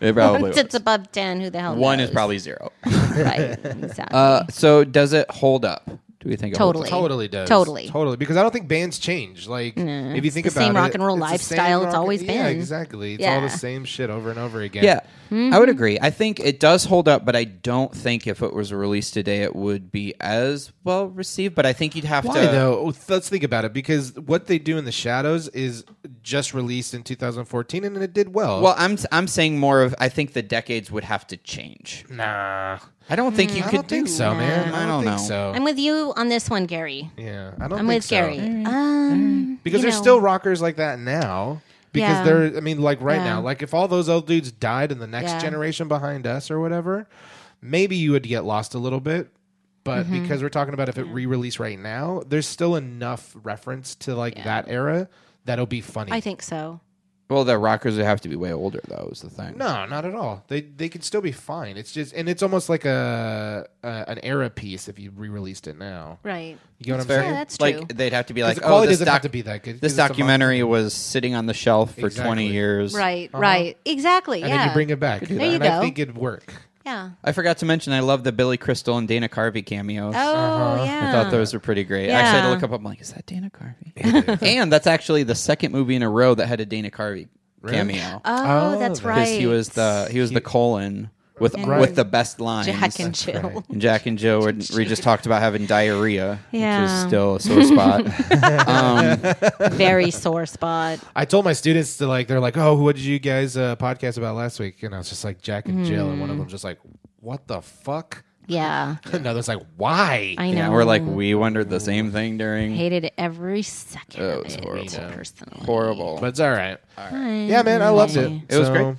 A: It probably
B: Once
A: was.
B: [laughs] it's above ten, who the hell?
A: One
B: knows?
A: is probably zero.
B: [laughs] right. Exactly.
A: [laughs] Uh, so does it hold up? Do we think it
B: Totally.
A: Holds up?
C: Totally does.
B: Totally.
C: Totally. Because I don't think bands change. Like, if you
B: it's
C: think
B: the
C: about
B: same
C: it,
B: rock and roll
C: it's the same
B: lifestyle it's
C: rock and-
B: always
C: Yeah,
B: been.
C: exactly. It's all
B: Yeah.
C: the same shit over and over again.
A: Yeah, I
B: Mm-hmm.
A: would agree. I think it does hold up, but I don't think if it was released today, it would be as well received. But I think you'd have
C: Why
A: to.
C: though? Let's think about it because what they do in the shadows is just released in 2014 and it did well.
A: Well, I'm I'm saying more of I think the decades would have to change.
C: nah,
A: I don't think you
C: I
B: Mm.
A: could
C: don't think
A: do
C: so,
A: that.
C: man.
A: I
C: don't,
A: don't know.
C: think so.
B: I'm with you on this one, Gary.
C: yeah, I don't.
B: I'm
C: think
B: with
C: so.
B: Gary. Um,
C: because
B: you
C: there's
B: know.
C: still rockers like that now. Because
B: Yeah.
C: they're, I mean, like right
B: Yeah.
C: now, like if all those old dudes died in the next
B: Yeah.
C: generation behind us or whatever, maybe you would get lost a little bit. But
B: Mm-hmm.
C: because we're talking about if it re-released right now, there's still enough reference to like that era that'll be funny.
B: I think so.
A: Well, the rockers would have to be way older, though. Is the thing?
C: No, not at all. They they could still be fine. It's just and it's almost like a, a an era piece if you re-released it now.
B: Right.
C: You
A: It's
C: know what I'm
A: fair.
B: Yeah,
C: saying?
B: that's
A: like
B: true.
A: they'd have to be
C: 'Cause
A: like,
C: the
A: oh,
C: quality
A: this,
C: doesn't
A: doc-
C: have to be that good. 'cause
A: this
C: it's a monster.
A: documentary was sitting on the shelf for
C: Exactly.
A: twenty years.
B: Right.
C: Uh-huh.
B: Right. Exactly.
C: and
B: yeah.
C: then you bring it back.
A: Could do
B: There that. you
C: and
B: go.
C: I think
B: [laughs]
C: it'd work.
B: yeah.
A: I forgot to mention, I love the Billy Crystal and Dana Carvey cameos.
B: Oh
C: Uh-huh.
B: yeah.
A: I thought those were pretty great. I actually had to
B: Yeah.
A: look up. I'm like, is that Dana Carvey? and that's actually the second movie in a row that had a Dana Carvey
C: Really?
A: cameo
B: Oh,
C: Oh,
B: that's
C: that's-
B: right.
A: he was
C: [laughs]
A: the he was the colon with
C: Right.
A: with the best lines.
B: Jack and Jill.
C: right.
A: And Jack and Joe were, we just talked about having diarrhea, which is
B: Yeah.
A: still a sore
B: [laughs]
A: spot. um,
B: Very sore spot.
C: I told my students to like, they're like, oh, what did you guys uh, podcast about last week? And I was just like, Jack and Jill, and one of them just like, what the fuck?
B: Hmm. Yeah.
C: [laughs] Another's like, why?
B: I know.
A: yeah, we're like we wondered the same thing during
B: hated every second.
A: Oh,
B: of
A: it was
B: it,
A: horrible.
B: Personally.
A: horrible.
C: but it's all right. Yeah, man, I loved it.
A: It was
C: So- hmm.
A: great.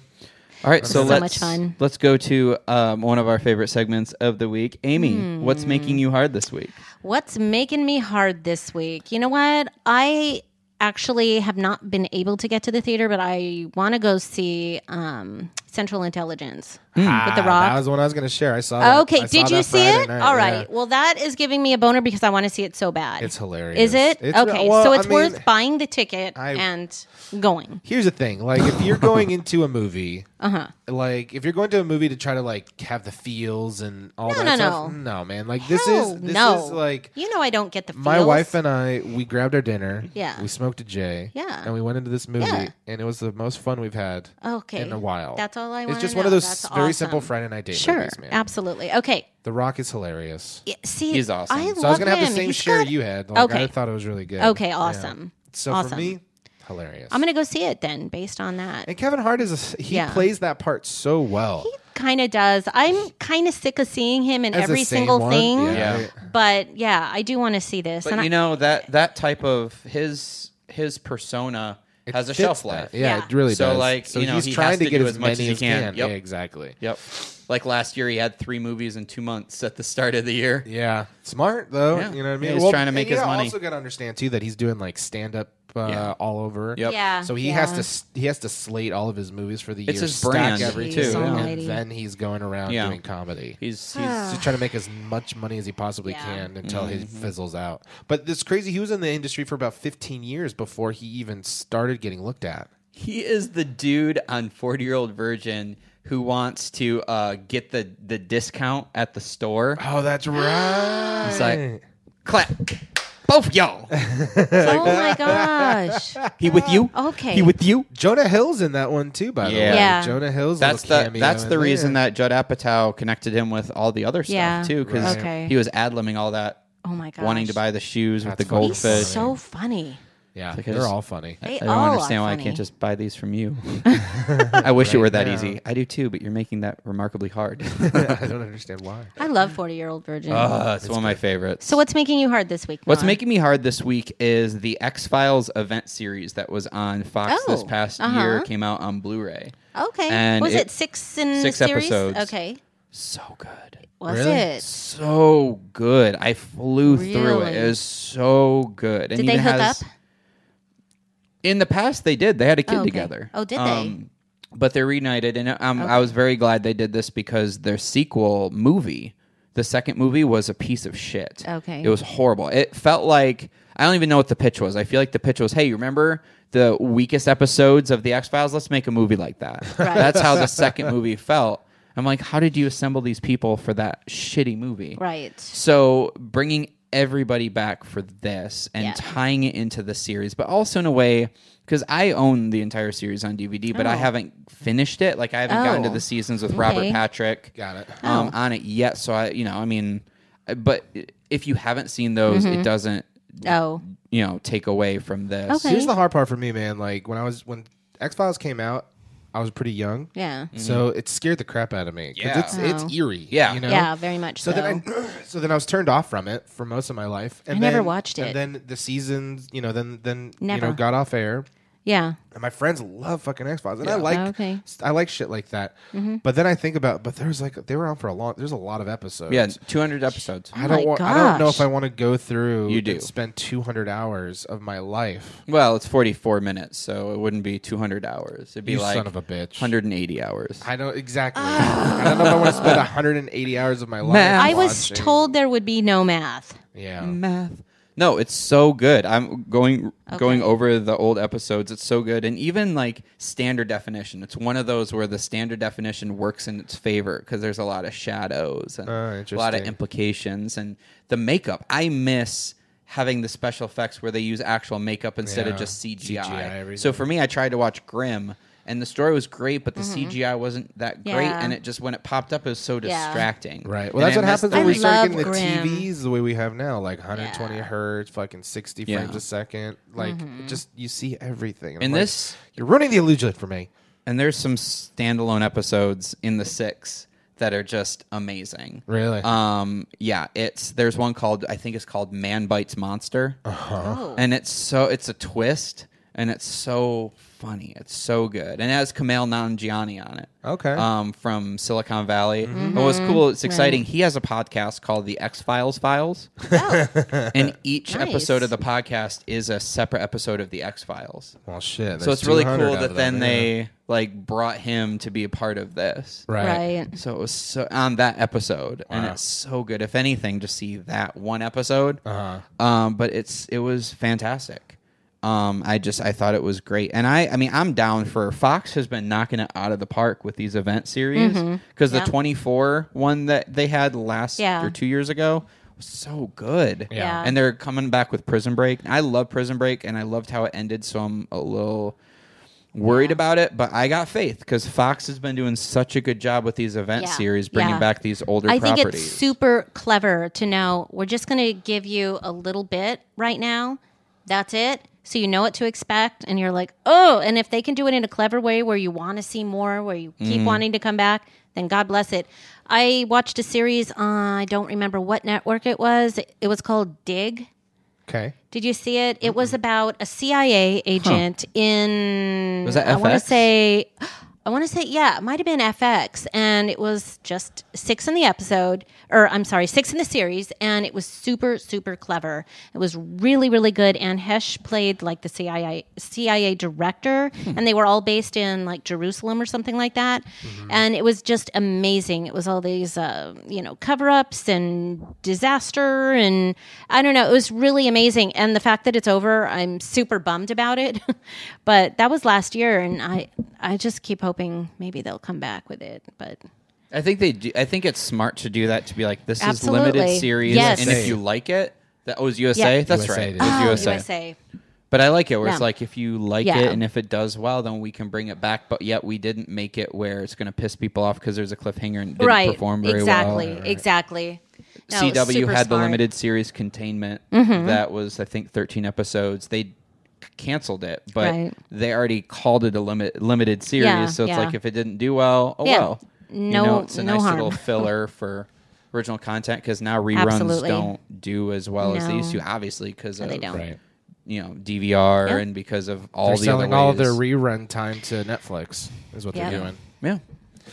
A: All right, so,
B: So
A: let's
B: much fun.
A: let's go to um, one of our favorite segments of the week. Amy, what's making you hard this week?
B: What's making me hard this week? You know what? I actually have not been able to get to the theater, but I want to go see um, Central Intelligence with The
C: Ah,
B: Rock.
C: That was the one I was going to share. I saw. that-
B: Okay,
C: I saw
B: did you
C: that
B: see
C: Friday
B: it?
C: night,
B: All right.
C: yeah.
B: Well, that is giving me a boner because I want to see it so bad.
C: It's hilarious.
B: Is it?
C: It's- uh,
B: okay,
C: well,
B: so
C: I
B: it's
C: mean,
B: worth buying the ticket
C: I-
B: and going.
C: Here's the thing: like, if
B: [laughs]
C: you're going into a movie, uh
B: Uh-huh.
C: huh, like if you're going to a movie to try to like have the feels and all
B: No,
C: that
B: no,
C: stuff,
B: no.
C: no, man. Like this
B: Hell
C: is this
B: no.
C: is like
B: You know I don't get the feels.
C: my wife and I. We grabbed our dinner.
B: Yeah.
C: we smoked a J.
B: Yeah.
C: and we went into this movie,
B: Yeah.
C: and it was the most fun we've had
B: Okay.
C: in a while.
B: That's all I
C: It's
B: wanna
C: just one
B: know.
C: of those
B: That's
C: very simple
B: awesome.
C: Friday night date
B: Sure,
C: movies, man.
B: absolutely. Okay.
C: the Rock is hilarious.
B: Yeah, See,
A: He's awesome. So
B: I
A: I
B: love
A: was
C: So I was gonna
B: him.
C: have the same
B: He's
C: share
B: got-
C: you had. Like, I
B: Okay.
C: thought it was really good.
B: Okay,
C: Yeah.
B: awesome.
C: So for
B: Awesome.
C: me, hilarious.
B: I'm gonna go see it then, based on that.
C: And Kevin Hart is a, he
B: Yeah.
C: plays that part so well.
B: He kind of does. I'm kind of sick of seeing him in
C: As the
B: every
C: same
B: single
C: one?
B: thing.
A: Yeah.
C: right.
B: But yeah, I do want to see this.
A: But
B: and
A: you
B: I,
A: know that that type of his his persona
C: It
A: has a
C: fits
A: shelf
C: that.
A: life.
C: Yeah,
B: Yeah.
C: it really
A: So,
C: does.
A: like,
C: so
A: you know,
C: he's
A: he
C: trying
A: has
C: to
A: to
C: get
A: do
C: as
A: as
C: many
A: much
C: as
A: as he can.
C: Yeah,
A: Yep.
C: exactly.
A: Yep. Like last year, he had three movies in two months at the start of the year.
C: Yeah, smart though.
A: Yeah.
C: You know what I mean?
A: He's trying to make
C: and you
A: his money.
C: Also, got to understand too that he's doing like stand up uh,
A: Yeah.
C: all over.
A: Yep.
B: yeah.
C: So he
B: yeah.
C: has to s- he has to slate all of his movies for the year.
A: It's his
C: stack
A: brand,
C: every
B: Jeez
C: two,
B: almighty.
C: and then he's going around
A: Yeah.
C: doing comedy.
A: He's he's
C: He's just trying to make as much money as he possibly
B: Yeah.
C: can until he
A: Mm-hmm.
C: fizzles out. But this crazy, he was in the industry for about 15 years before he even started getting looked at.
A: He is the dude on 40 year old virgin who wants to uh, get the, the discount at the store.
C: Oh, that's right.
A: It's like, clap. Both y'all.
B: Oh
A: [laughs]
B: my gosh.
A: He with [laughs] you?
B: Okay.
A: He with you?
C: Jonah Hill's in that one too, by the
A: Yeah.
C: way.
B: Yeah.
C: Jonah Hill's
A: That's
C: little
A: the
C: cameo
A: that's
C: in
A: the
C: there.
A: reason that Judd Apatow connected him with all the other stuff
B: Yeah.
A: too, because
B: Right. Okay.
A: he was ad libbing all that,
B: oh my gosh.
A: wanting to buy the shoes
C: That's
A: with the
C: funny.
B: He's
A: goldfish.
B: so funny.
C: Yeah,
A: Like, I
C: they're
A: just-
C: all funny.
B: They
A: I don't
B: all
A: understand
B: are
A: why I
B: funny.
A: can't just buy these from
C: [laughs]
A: you. I wish it were that
C: now.
A: easy. I do too, but you're making that remarkably
C: [laughs]
A: hard.
C: I don't understand why.
B: I love forty year old virgin.
A: Uh, it's one of my favorites.
B: so what's making you hard this week?
A: What's
B: Noah?
A: making me hard this week is the X Files event series that was on Fox this
B: Oh,
A: past
B: uh-huh.
A: year came out on Blu-ray.
B: okay?
A: and
B: was it,
A: it-
B: six in
A: six
B: the series?
A: episodes.
B: Okay.
A: So good.
B: Was
C: Really?
B: it?
A: So good. I flew through it.
B: Really?
A: It was so good. And
B: Did they
A: even
B: hook
A: has-
B: up?
A: In the past, they did. They had a kid
B: Oh, okay.
A: together. Um,
B: Oh, did they?
A: But they're reunited, and um, I was very glad they did this because their sequel movie, the second movie, was a piece of shit.
B: Okay.
A: it was horrible. It felt like I don't even know what the pitch was. I feel like the pitch was, "Hey, remember the weakest episodes of the X Files? Let's make a movie like that."
B: [laughs] Right.
A: That's how the second movie felt. I'm like, how did you assemble these people for that shitty movie?
B: Right.
A: So bringing everybody back for this and
B: Yeah.
A: tying it into the series, but also in a way because I own the entire series on DVD, but I
B: Oh.
A: haven't finished it. Like I haven't gotten to
B: Oh.
A: the seasons with Robert
B: Okay. Oh.
A: Patrick
C: Got it.
A: um, on it yet. So I, you know, I mean, uh, but if you haven't seen those,
B: Mm-hmm.
A: it doesn't,
B: Oh.
A: you know, take away from this.
B: Okay.
C: Here's the hard part for me, man. Like when I was when X Files came out, I was pretty young,
B: Yeah.
C: so it scared the crap out of me. 'Cause
A: Yeah.
C: it's it's eerie.
A: Yeah.
C: you know?
B: Oh. Yeah, very much so.
C: So then, I, [clears throat] so then I was turned off from it for most of my life. And
B: I never
C: then-
B: watched it.
C: And then the seasons, you know, then then you
B: Never.
C: know, got off air.
B: Yeah.
C: And my friends love fucking X Files, and I like
B: Oh, Okay. Mm-hmm.
C: I like shit like that. But then I think about, but there's like they were on for a long. There's a lot of episodes.
A: Yeah, 200 episodes.
C: I
B: Oh
C: don't.
B: my
C: want, I don't know if
B: gosh.
C: I want to go through.
A: You do.
C: and spend 200 hours of my life.
A: Well, it's 44 minutes, so it wouldn't be 200 hours. It'd be
C: you
A: like
C: son of a bitch.
A: 180 hours.
C: I don't exactly. I don't know if I want to spend 180 hours of my life.
A: Math.
B: Ah. I was
C: watching-
B: told there would be no math.
C: Yeah.
A: Math. Oh. No, it's so good. I'm going going
B: Okay.
A: over the old episodes. It's so good, and even like standard definition. It's one of those where the standard definition works in its favor because there's a lot of shadows and
C: Oh,
A: a lot of
C: interesting.
A: implications and the makeup. I miss having the special effects where they use actual makeup instead
C: Yeah.
A: of just CGI.
C: CGI everything.
A: so for me, I tried to watch Grimm. And the story was great, but the CGI wasn't that great.
B: Mm-hmm. Yeah.
A: And it just when it popped up, it was so
B: Yeah.
A: distracting.
C: Right. Well,
A: And
C: that's
A: I
C: what
A: missed
C: happens
A: the
C: when we
B: I
C: start getting
B: love
C: the
B: Grimm.
C: TVs the way we have now, like 120
B: Yeah. Mm-hmm.
C: hertz, fucking 60
A: Yeah.
C: frames a second. Like, it just you see everything.
A: And
C: I'm like,
A: this-
C: you're ruining the illusion for me.
A: And there's some standalone episodes in the six that are just amazing.
C: Really?
A: Um, yeah, it's there's one called I think it's called Man Bites Monster,
B: Oh.
A: and it's so it's a twist, and it's so funny, it's so good, and it has Kamal Nanjiani on it.
C: Okay.
A: Um, from Silicon Valley.
B: Mm-hmm.
A: But what's cool, it's exciting. He has a podcast called The X Files Files,
B: Oh.
A: and each
B: [laughs] Nice.
A: episode of the podcast is a separate episode of The X Files
C: well, shit.
A: so
C: there's
A: it's really
C: 200
A: cool
C: of
A: that
C: them,
A: then
C: yeah.
A: they like brought him to be a part of this.
C: Right.
B: right.
A: So it was so on that episode, and
C: Wow.
A: it's so good. If anything, just see that one episode.
C: Uh-huh.
A: Um, but it's it was fantastic. Um, I just I thought it was great, and I I mean I'm down for Fox has been knocking it out of the park with these event series because
B: Mm-hmm. Yeah.
A: the 24 one that they had last
B: Yeah.
A: or two years ago was so good.
C: Yeah.
B: Yeah.
A: And they're coming back with Prison Break. I love Prison Break, and I loved how it ended, so I'm a little worried about it. But I got faith because Fox has been doing such a good job with these event
B: Yeah.
A: series, bringing
B: Yeah.
A: back these older
B: I think
A: properties.
B: it's super clever to know we're just going to give you a little bit right now. That's it. So you know what to expect, and you're like, oh, and if they can do it in a clever way where you want to see more, where you keep wanting to come back, then God bless it. I watched a series, uh, I don't remember what network it was. It was called Dig.
C: Okay.
B: Did you see it? It was about a CIA agent in.
A: Was that
B: I want to
A: FX?
B: say. I want to say, yeah, it might have been FX, and it was just six in the episode, or I'm sorry, six in the series, and it was super, super clever. It was really, really good. And Hesh played like the CIA CIA director,
A: Hmm.
B: and they were all based in like Jerusalem or something like that.
A: Mm-hmm.
B: And it was just amazing. It was all these, uh, you know, cover ups and disaster, and I don't know. It was really amazing. And the fact that it's over, I'm super bummed about it. [laughs] but that was last year, and I I just keep hoping maybe they'll come back with it. But
A: I think they do. I think it's smart to do that to be like this is
B: Absolutely.
A: limited series,
B: Yes.
A: and if
C: USA.
A: you like it, that was USA.
B: Yeah.
A: That's
C: USA
A: right.
C: did.
A: It was
B: Oh,
A: USA. But I like it where it's
B: Yeah.
A: like if you like
B: Yeah.
A: it and if it does well, then we can bring it back. But yet we didn't make it where it's going to piss people off because there's a cliffhanger and it didn't
B: right?
A: perform very well.
B: exactly, exactly. No, it was
A: CW
B: super
A: had the
B: smart. Mm-hmm.
A: limited series containment that was I think 13 episodes. They c- canceled it, but
B: Right.
A: they already called it a limit limited series,
B: Yeah,
A: so it's
B: yeah.
A: like if it didn't do well, oh
B: Yeah.
A: well.
B: No-
A: you know, it's a
B: no
A: nice
B: harm. [laughs]
A: little filler for original content cuz now reruns
B: Absolutely.
A: don't do as well as they
B: No.
A: used to obviously cuz
B: No,
A: of
B: they don't.
C: Right.
A: you know, DVR
B: Yeah.
A: and because of all
C: They're
A: the
C: selling
A: other
C: all
A: ways.
C: their rerun time to Netflix, is what
B: Yeah.
C: they're doing.
A: Yeah.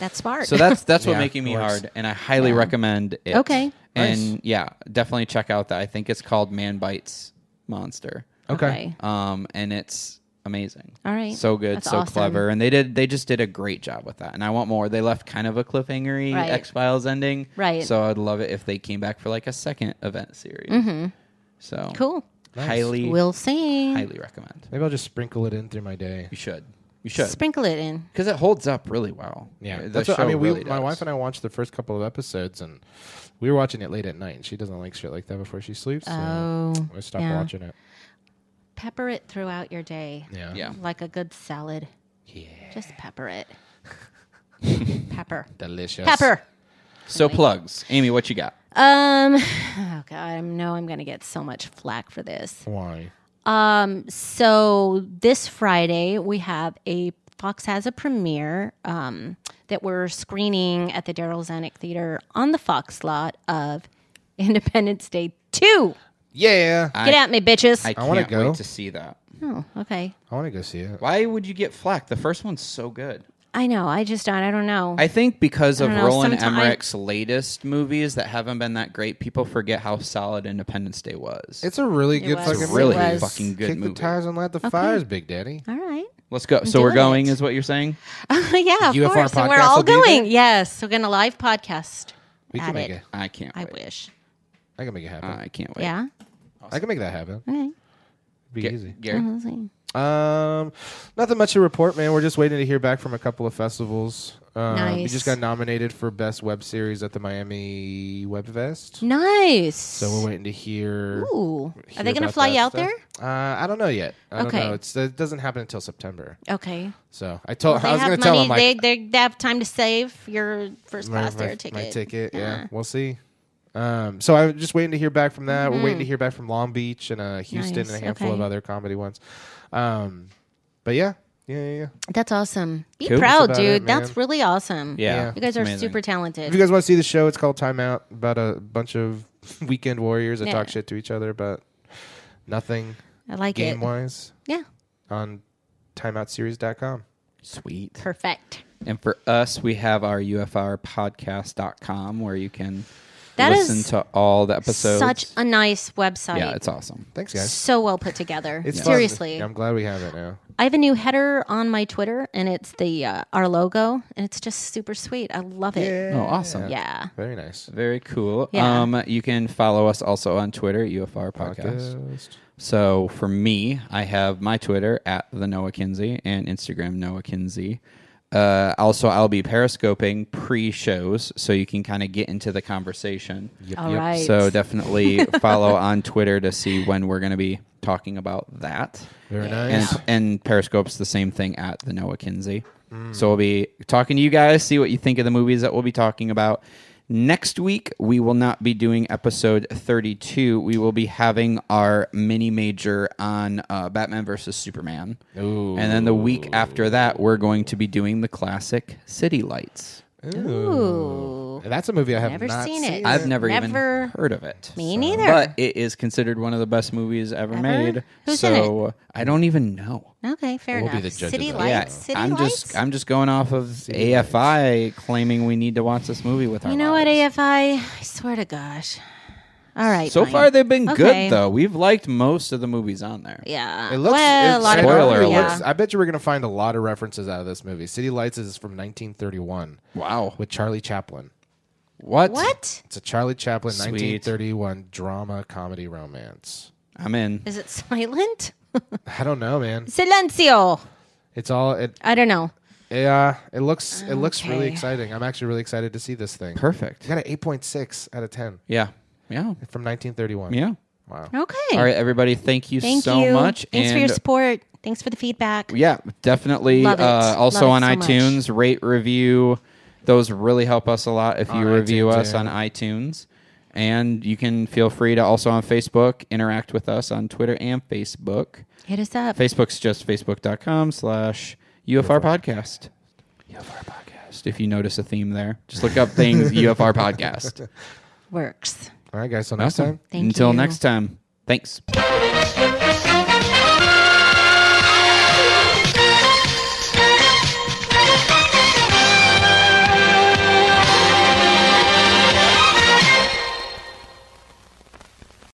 B: That's smart. [laughs]
A: So that's that's what
C: Yeah,
A: making me
C: works.
A: hard, and I highly recommend it.
B: Okay.
A: and yeah, definitely check out that. I think it's called Man Bites Monster,
C: Okay.
A: um, and it's amazing.
B: All right.
A: so good,
B: That's
A: so
B: awesome.
A: clever, and they did they just did a great job with that. And I want more. They left kind of a cliffhangery
B: Right.
A: X Files ending,
B: Right.
A: So I'd love it if they came back for like a second event series. So
B: Mm-hmm. Cool.
A: highly
B: We'll see.
A: highly recommend.
C: Maybe I'll just sprinkle it in through my day.
A: You should you should
B: Sprinkle it in.
A: because it holds up really well.
C: Yeah,
A: The
C: that's what, I
A: show
C: mean. We,
A: really
C: my
A: does.
C: wife and I watched the first couple of episodes, and we were watching it late at night. And she doesn't like shit like that before she sleeps. So
B: Oh,
C: I stopped
B: yeah.
C: watching it.
B: Pepper it throughout your day.
C: Yeah,
A: yeah.
B: Like a good salad. Yeah. Just
A: [laughs]
B: pepper it. pepper.
C: delicious.
B: Pepper.
A: So plugs, Amy, what you got?
B: Um, oh God, I know I'm going to get so much flack for this.
C: Why?
B: Um, so this Friday we have a Fox has a premiere um, that we're screening at the Daryl Zanuck Theater on the Fox lot of [laughs] Independence Day Two.
C: Yeah,
B: Get at me, bitches!
A: I
C: I wanna
A: can't
C: go.
A: wait to see that.
B: Oh, okay.
C: I want to go see it.
A: Why would you get flack? The first one's so good.
B: I know. I just don't. I don't know.
A: I think because of
B: don't know,
A: Roland
B: sometime-
A: Emmerich's latest movies that haven't been that great, people forget how solid Independence Day was.
C: It's a really
B: It
C: good
B: was.
C: fucking
B: It's a
A: really
C: movie.
A: fucking good
C: Kick
A: movie.
C: the tires and light the fires, Big Daddy.
B: all right.
A: Let's go. So we're
B: doing
A: going,
B: it.
A: is what you're saying?
B: [laughs] yeah, of
C: UFR
B: course. And we're
C: podcast
B: all
C: will be there?
B: going. Yes, we're going to live podcast.
C: We
B: At
C: can make
B: it.
C: it.
A: I can't.
B: I
A: wait.
B: wish.
C: I can make it happen.
A: I can't wait.
B: Yeah.
C: I can make that happen.
B: Okay.
C: Be
A: Ga-
C: easy.
A: Gary?
B: Uh-huh, Mm-hmm.
C: Um, nothing much to report, man. We're just waiting to hear back from a couple of festivals. Um, We
B: Nice.
C: just got nominated for best web series at the Miami Web Fest,
B: Nice.
C: so we're waiting to hear.
B: Ooh.
C: hear
B: Are they going to
C: about
B: fly
C: that
B: you out
C: stuff. Uh, I don't know yet. I don't
B: Okay.
C: know. It's, it doesn't happen until September.
B: there? Okay.
C: So Oh, I told.
B: They
C: I was
B: have money.
C: going to tell him like
B: they, they they have time to save your first
C: my,
B: class
C: my-
B: air ticket. Uh-huh.
C: my ticket. Yeah. we'll see. Um, so I'm just waiting to hear back from that. We're waiting to hear back from Long Beach and uh, Houston and
B: Mm-hmm. Nice,
C: a handful of
B: okay.
C: other comedy ones. Um, but yeah, yeah, yeah. yeah.
B: That's awesome. Be
A: Cool.
B: proud,
C: That's about
B: dude.
C: it, man.
B: That's really awesome.
A: Yeah.
C: Yeah.
B: You guys are
A: Amazing.
B: super talented.
C: If you guys want to see the show, it's called Timeout. About a bunch of [laughs] weekend warriors that
B: Yeah.
C: talk shit to each other about nothing
B: I like
C: game
B: it.
C: wise
B: Yeah.
C: on timeoutseries.com.
A: Sweet.
B: Perfect.
A: And for us, we have our UFRpodcast.com where you can
B: That
A: listen
B: is
A: to all the episodes.
B: Such a nice website.
A: yeah, it's awesome.
C: Thanks, guys.
B: so well put together.
C: It's fun.
B: Seriously.
C: I'm glad we have it now.
B: I have a new header on my Twitter and it's the uh, our logo and it's just super sweet. I love it.
A: Oh, awesome.
B: Yeah.
C: Very nice.
A: Very cool.
B: Yeah.
A: Um, you can follow us also on Twitter, UFR Podcast.
C: Podcast.
A: So for me, I have my Twitter at the Noah Kinsey and Instagram Noah Kinsey. Uh, also, I'll be periscoping pre-shows, so you can kind of get into the conversation.
B: All right.
A: So definitely follow on Twitter to see when we're going to be talking about that.
C: Very
A: And,
C: nice.
A: and Periscope's the same thing at the Noah Kinsey. So we'll be talking to you guys, see what you think of the movies that we'll be talking about. Next week, we will not be doing episode 32. We will be having our mini major on uh, Batman versus Superman.
C: Ooh.
A: And then the week after that, we're going to be doing the classic City Lights.
B: Ooh.
C: That's a movie I have
B: Never
C: not
B: seen it.
A: I've never,
B: Never-
A: even heard of it.
B: Me neither.
A: But it is considered one of the best movies ever,
B: Ever?
A: made.
B: Who's in
A: so uh, I don't even know.
B: Okay, fair
C: We'll be
B: enough.
C: the judge of
B: City
C: that.
B: lights, city
A: I'm
B: lights.
A: just I'm just going off of AFI claiming we need to watch this movie with our.
B: you know what,
A: lives.
B: AFI? I swear to gosh. All right.
A: So
B: fine.
A: far they've been
B: Okay.
A: good though. We've liked most of the movies on there.
B: Yeah.
C: It looks.
B: well,
C: it-
B: a lot of
A: Spoiler
B: yeah.
A: alert.
C: looks- I bet you we're going to find a lot of references out of this movie. City Lights is from 1931
A: Wow.
C: with Charlie Chaplin.
A: What?
B: What?
C: It's a Charlie Chaplin
A: Sweet.
C: 1931 drama comedy romance.
A: I'm in.
B: Is it silent?
C: I don't know, man.
B: Silencio.
C: It's all it.
B: I don't know.
C: Yeah, it looks it looks really
B: Okay.
C: exciting. I'm actually really excited to see this thing. I
A: Perfect.
C: got an 8.6 out of 10
A: Yeah. Yeah.
C: from 1931.
A: Yeah.
C: Wow.
B: Okay.
A: All right, everybody. Thank you
B: Thank
A: so
B: you.
A: much.
B: Thanks
A: and
B: for your support. Thanks for the feedback.
A: yeah, definitely.
B: Love it.
A: Uh, also on
B: Love it so much.
A: iTunes, rate review. Those really help us a lot if you
C: On
A: review
C: iTunes,
A: us
C: yeah.
A: on iTunes. And you can feel free to also on Facebook interact with us on Twitter and Facebook.
B: Hit us up.
A: Facebook's just facebook.com slash UFR podcast. UFR podcast. If you notice a theme there, just look up things UFR podcast.
B: Works.
C: All right, guys. Till next time.
A: Awesome.
B: Thank
A: Until
B: you.
A: next time. Thanks.